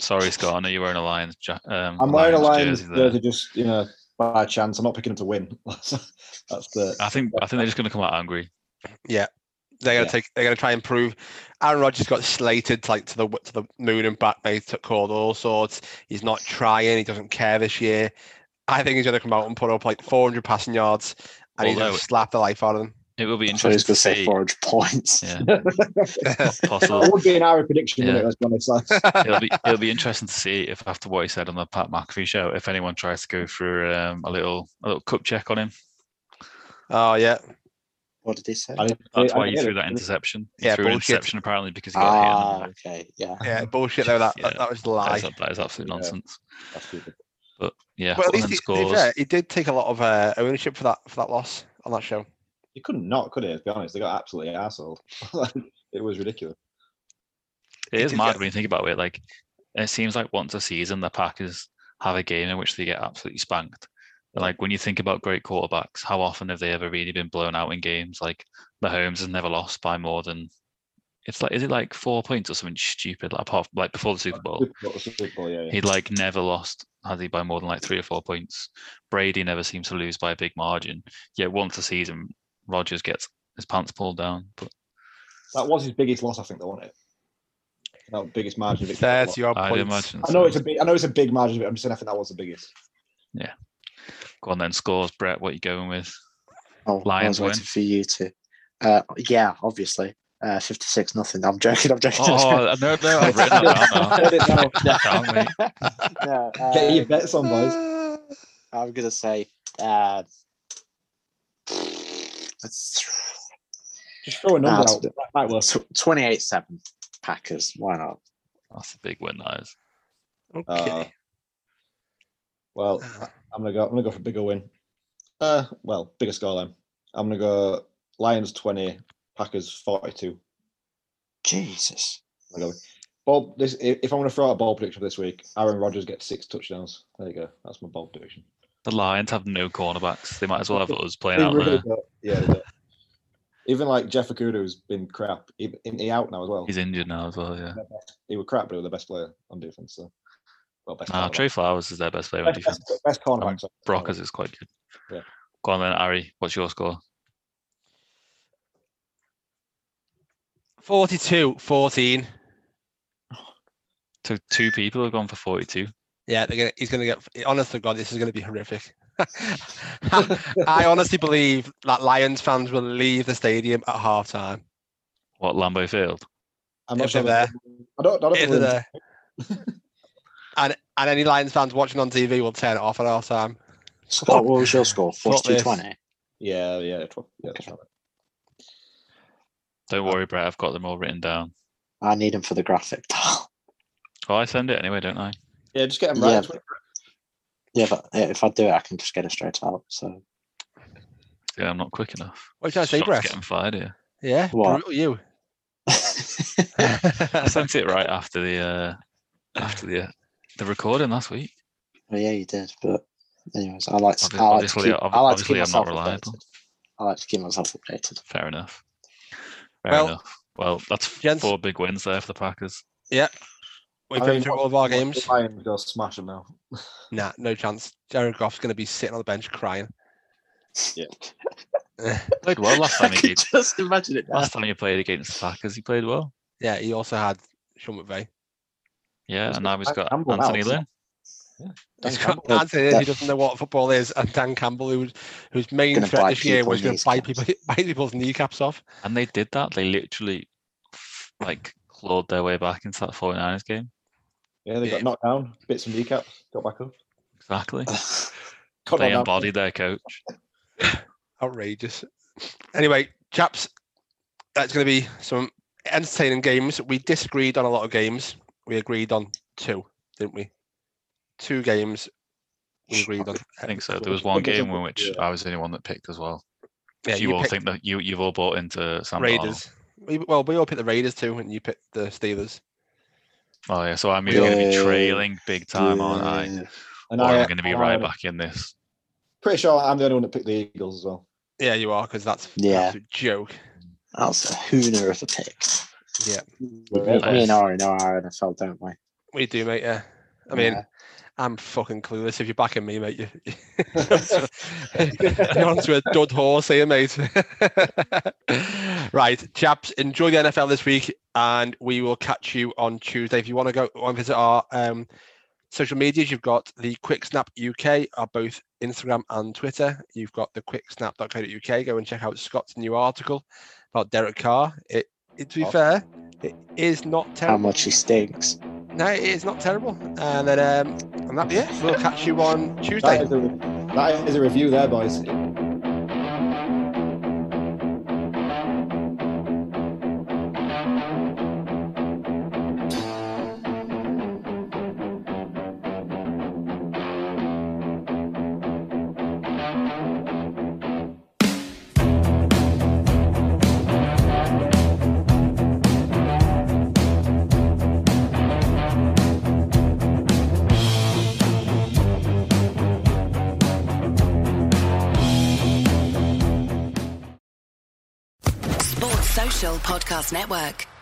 [SPEAKER 5] Sorry, Scott. I know you're wearing a Lions, ja- um,
[SPEAKER 3] I'm wearing a Lions
[SPEAKER 5] Lions jersey there.
[SPEAKER 3] jersey just you know by chance. I'm not picking him to win. That's the.
[SPEAKER 5] I think I think they're just going to come out angry.
[SPEAKER 2] They're gonna
[SPEAKER 3] Yeah.
[SPEAKER 2] take. They're gonna try and prove. Aaron Rodgers got slated like to the to the moon and back. They took called all sorts. He's not trying. He doesn't care this year. I think he's gonna come out and put up like 400 passing yards, and he's
[SPEAKER 5] Although-
[SPEAKER 2] gonna slap the life out of them.
[SPEAKER 5] It will be
[SPEAKER 4] So he's
[SPEAKER 5] interesting
[SPEAKER 4] going
[SPEAKER 5] to
[SPEAKER 4] to say
[SPEAKER 5] see
[SPEAKER 4] 400 points.
[SPEAKER 5] Yeah.
[SPEAKER 2] That's
[SPEAKER 3] I
[SPEAKER 5] possible.
[SPEAKER 3] would be an hour prediction
[SPEAKER 5] Yeah.
[SPEAKER 3] minute. Let's be honest. That's-
[SPEAKER 5] it'll be it'll be interesting to see if after what he said on the Pat McAfee show, if anyone tries to go for um, a little a little cup check on him.
[SPEAKER 2] Oh yeah,
[SPEAKER 4] What did he say?
[SPEAKER 3] I-
[SPEAKER 5] That's
[SPEAKER 3] I-
[SPEAKER 5] why
[SPEAKER 3] I
[SPEAKER 5] you
[SPEAKER 3] get
[SPEAKER 5] threw
[SPEAKER 3] it.
[SPEAKER 5] that interception. He
[SPEAKER 2] Yeah,
[SPEAKER 5] threw an
[SPEAKER 2] bullshit.
[SPEAKER 5] interception apparently because he got hit. on
[SPEAKER 4] Ah,
[SPEAKER 5] the-
[SPEAKER 4] okay. Yeah.
[SPEAKER 2] yeah, bullshit though. That
[SPEAKER 5] Yeah.
[SPEAKER 2] that, that was a
[SPEAKER 5] That
[SPEAKER 2] lie.
[SPEAKER 5] is, that is absolute
[SPEAKER 3] Yeah.
[SPEAKER 5] nonsense.
[SPEAKER 3] that's stupid.
[SPEAKER 5] Yeah,
[SPEAKER 2] But at least he,
[SPEAKER 5] Hutton
[SPEAKER 2] to be
[SPEAKER 5] scores.
[SPEAKER 2] fair, he did take a lot of uh, ownership for that for that loss on that show.
[SPEAKER 3] You couldn't not, could it? To be honest, they got absolutely asshole. it was ridiculous.
[SPEAKER 5] It
[SPEAKER 2] he
[SPEAKER 5] is
[SPEAKER 2] did
[SPEAKER 5] mad
[SPEAKER 2] get-
[SPEAKER 5] when you think about it. Like it seems like once a season the Packers have a game in which they get absolutely spanked. But, Like when you think about great quarterbacks, how often have they ever really been blown out in games? Like Mahomes has never lost by more than it's like is it like four points or something stupid? Like apart like before the Super Bowl,
[SPEAKER 3] Super Bowl, Super Bowl, yeah, yeah.
[SPEAKER 5] he'd like never lost has he by more than like three or four points. Brady never seems to lose by a big margin. Yet once a season, Rogers gets his pants pulled down. But
[SPEAKER 3] That was his biggest loss, I think, though, wasn't it? That biggest margin of it.
[SPEAKER 2] Thirty odd
[SPEAKER 5] I'd
[SPEAKER 2] points.
[SPEAKER 5] imagine.
[SPEAKER 3] I know
[SPEAKER 5] so.
[SPEAKER 3] it's a big. I know it's a big margin, but I'm just saying I think that was the biggest.
[SPEAKER 5] Go on then, scores, Brett. What you going with?
[SPEAKER 4] Oh,
[SPEAKER 5] Lions
[SPEAKER 4] I was waiting
[SPEAKER 5] win.
[SPEAKER 4] for you to. Uh, yeah, obviously. Uh, 56 nothing. I'm joking. I'm joking.
[SPEAKER 5] Oh, I know, no, I've written that down now.
[SPEAKER 3] I didn't know.
[SPEAKER 5] I can't wait.
[SPEAKER 4] No,
[SPEAKER 3] Get your
[SPEAKER 4] um,
[SPEAKER 3] bets on, boys.
[SPEAKER 2] Uh,
[SPEAKER 4] I'm going to say. Uh, that's
[SPEAKER 3] Just throw a number
[SPEAKER 4] Nah,
[SPEAKER 3] out. That might work.
[SPEAKER 4] tw- 28-7 Packers. Why not?
[SPEAKER 5] That's a big win, that is.
[SPEAKER 3] Uh,
[SPEAKER 2] Ah. okay.
[SPEAKER 3] well, I- I'm gonna go. I'm gonna go for a bigger win. Uh, well, bigger scoreline. I'm gonna go Lions 20, Packers 42.
[SPEAKER 4] Jesus.
[SPEAKER 3] I'm gonna go. with- Bob, this i- if I'm gonna throw out a bold prediction for this week, Aaron Rodgers gets six touchdowns. There you go. That's my bold prediction.
[SPEAKER 5] The Lions have no cornerbacks. They might as well have us playing
[SPEAKER 3] They
[SPEAKER 5] out
[SPEAKER 3] really
[SPEAKER 5] there.
[SPEAKER 3] don't. Yeah. they don't. Even like Jeff Okuda, who's been crap, he, isn't he out now as well.
[SPEAKER 5] He's injured now as well, yeah.
[SPEAKER 3] he was crap, but he was the best player on defense. So, well, best.
[SPEAKER 5] Nah,
[SPEAKER 3] cornerback.
[SPEAKER 5] Trey Flowers is their best player on
[SPEAKER 3] best,
[SPEAKER 5] defense.
[SPEAKER 3] best, best cornerback. sorry.
[SPEAKER 5] Brockers Ah, is quite good.
[SPEAKER 3] Yeah.
[SPEAKER 5] Go on then, Ari. What's your score?
[SPEAKER 2] 42 14
[SPEAKER 5] So two people have gone for 42.
[SPEAKER 2] yeah they're gonna, he's gonna get honest to god this is gonna be horrific i honestly believe that lions fans will leave the stadium at half time
[SPEAKER 5] What, Lambeau Field?
[SPEAKER 3] I'm
[SPEAKER 2] If
[SPEAKER 3] not sure.
[SPEAKER 2] they're
[SPEAKER 3] that- I don't. I don't
[SPEAKER 2] Either
[SPEAKER 3] think they're in-
[SPEAKER 2] there. and and any lions fans watching on tv will turn it off at half time
[SPEAKER 4] Scott, what was your score?
[SPEAKER 2] Not this.
[SPEAKER 4] 42-20?
[SPEAKER 3] Yeah, yeah, 12, yeah. that's right.
[SPEAKER 5] Don't worry, Brett. I've got them all written down.
[SPEAKER 4] I need him for the graphic, pal.
[SPEAKER 5] Oh, I send it anyway, don't I?
[SPEAKER 3] Yeah, just get him right.
[SPEAKER 4] Yeah.
[SPEAKER 3] that's what-
[SPEAKER 4] Yeah, but uh, if I do it, I can just get it straight out. So
[SPEAKER 5] Yeah, I'm not quick enough.
[SPEAKER 2] What did I say,
[SPEAKER 5] Shots
[SPEAKER 2] Brett?
[SPEAKER 5] Getting fired here.
[SPEAKER 2] Yeah,
[SPEAKER 4] What?
[SPEAKER 2] brutal you.
[SPEAKER 5] I sent it right after the uh, after the uh, the recording last week.
[SPEAKER 4] Well, yeah, you did, but anyways, I like to,
[SPEAKER 5] Obvi-
[SPEAKER 4] I like
[SPEAKER 5] obviously-
[SPEAKER 4] to keep, I like to keep
[SPEAKER 5] obviously I'm not
[SPEAKER 4] myself
[SPEAKER 5] reliable.
[SPEAKER 4] updated. I like to keep myself updated.
[SPEAKER 5] Fair enough. Fair
[SPEAKER 2] Well,
[SPEAKER 5] enough. Well, that's
[SPEAKER 2] gents-
[SPEAKER 5] four big wins there for the Packers.
[SPEAKER 2] We've
[SPEAKER 3] I
[SPEAKER 2] been
[SPEAKER 3] mean,
[SPEAKER 2] through
[SPEAKER 3] what-
[SPEAKER 2] all of our
[SPEAKER 3] what-
[SPEAKER 2] games.
[SPEAKER 3] Lions go smash him now.
[SPEAKER 2] Nah, no chance. Jared Goff's going to be sitting on the bench crying.
[SPEAKER 3] Yeah.
[SPEAKER 5] Played well last time
[SPEAKER 4] I
[SPEAKER 5] he
[SPEAKER 4] can
[SPEAKER 5] did.
[SPEAKER 4] just imagine it. now.
[SPEAKER 5] Last time you played against the Packers, he played well.
[SPEAKER 2] Yeah, he also had Sean McVay.
[SPEAKER 5] Yeah,
[SPEAKER 3] He's
[SPEAKER 5] and
[SPEAKER 3] got
[SPEAKER 5] now he's
[SPEAKER 3] Dan
[SPEAKER 5] got
[SPEAKER 3] Campbell now,
[SPEAKER 5] Anthony
[SPEAKER 3] isn't he?
[SPEAKER 5] Lynn.
[SPEAKER 3] Dan
[SPEAKER 5] He's
[SPEAKER 3] Campbell.
[SPEAKER 5] got
[SPEAKER 4] Well,
[SPEAKER 2] Anthony, Lynn, who
[SPEAKER 4] that-
[SPEAKER 2] doesn't know what football is, and Dan Campbell, who, whose main
[SPEAKER 4] Gonna
[SPEAKER 2] threat
[SPEAKER 4] bite
[SPEAKER 2] this year
[SPEAKER 4] people
[SPEAKER 2] was
[SPEAKER 4] in
[SPEAKER 2] going to
[SPEAKER 4] these
[SPEAKER 2] bite
[SPEAKER 4] games.
[SPEAKER 2] people, bite people's kneecaps off.
[SPEAKER 5] and they did that. They literally f- like clawed their way back into that 49ers game.
[SPEAKER 3] Yeah, they
[SPEAKER 2] Yeah.
[SPEAKER 3] got knocked down, bit some kneecaps, got back up.
[SPEAKER 5] Exactly.
[SPEAKER 3] Got
[SPEAKER 5] They
[SPEAKER 3] knocked down.
[SPEAKER 5] embodied their coach.
[SPEAKER 2] Outrageous. Anyway, chaps, that's going to be some entertaining games. We disagreed on a lot of games. We agreed on two, didn't we? Two games we agreed on.
[SPEAKER 5] I think so. There was one game in which I was the only one that picked as well.
[SPEAKER 2] Yeah,
[SPEAKER 5] you,
[SPEAKER 2] you
[SPEAKER 5] all
[SPEAKER 2] picked
[SPEAKER 5] think that you you've all bought into Sam Darnold.
[SPEAKER 2] Raiders. We, well, we all picked the Raiders too, and you picked the Steelers.
[SPEAKER 5] Oh yeah, so I'm either going to be
[SPEAKER 4] Yeah.
[SPEAKER 5] trailing big time, aren't I?
[SPEAKER 4] Yeah.
[SPEAKER 3] And
[SPEAKER 5] Or
[SPEAKER 3] I,
[SPEAKER 5] I'm going to be
[SPEAKER 3] I-
[SPEAKER 5] right back in this.
[SPEAKER 3] Pretty sure I'm the only one that picked the Eagles as well.
[SPEAKER 2] Yeah, you are, because that's
[SPEAKER 4] Yeah.
[SPEAKER 2] yeah. a joke.
[SPEAKER 4] That's a hooner of a pick.
[SPEAKER 2] Yeah,
[SPEAKER 4] We, we and Ari know our NFL, don't we?
[SPEAKER 2] we do, mate. Yeah. I mean,
[SPEAKER 4] Yeah.
[SPEAKER 2] I'm fucking clueless. If you're backing me, mate, you, you're onto a dud horse here, mate. right, chaps, enjoy the NFL this week, and we will catch you on Tuesday. If you want to go and visit our um, social medias, you've got the Quick Snap UK, are both Instagram and Twitter. You've got the quicksnap.co.uk. Go and check out Scott's new article about Derek Carr. It, it to be
[SPEAKER 3] Oh.
[SPEAKER 2] fair, it is not
[SPEAKER 4] How
[SPEAKER 2] terrible.
[SPEAKER 4] much he stinks.
[SPEAKER 2] No, it's not terrible. And then, um, and that, yeah, we'll catch you on Tuesday.
[SPEAKER 3] That is, a, that is a review there, boys.
[SPEAKER 6] Sports Social Podcast Network.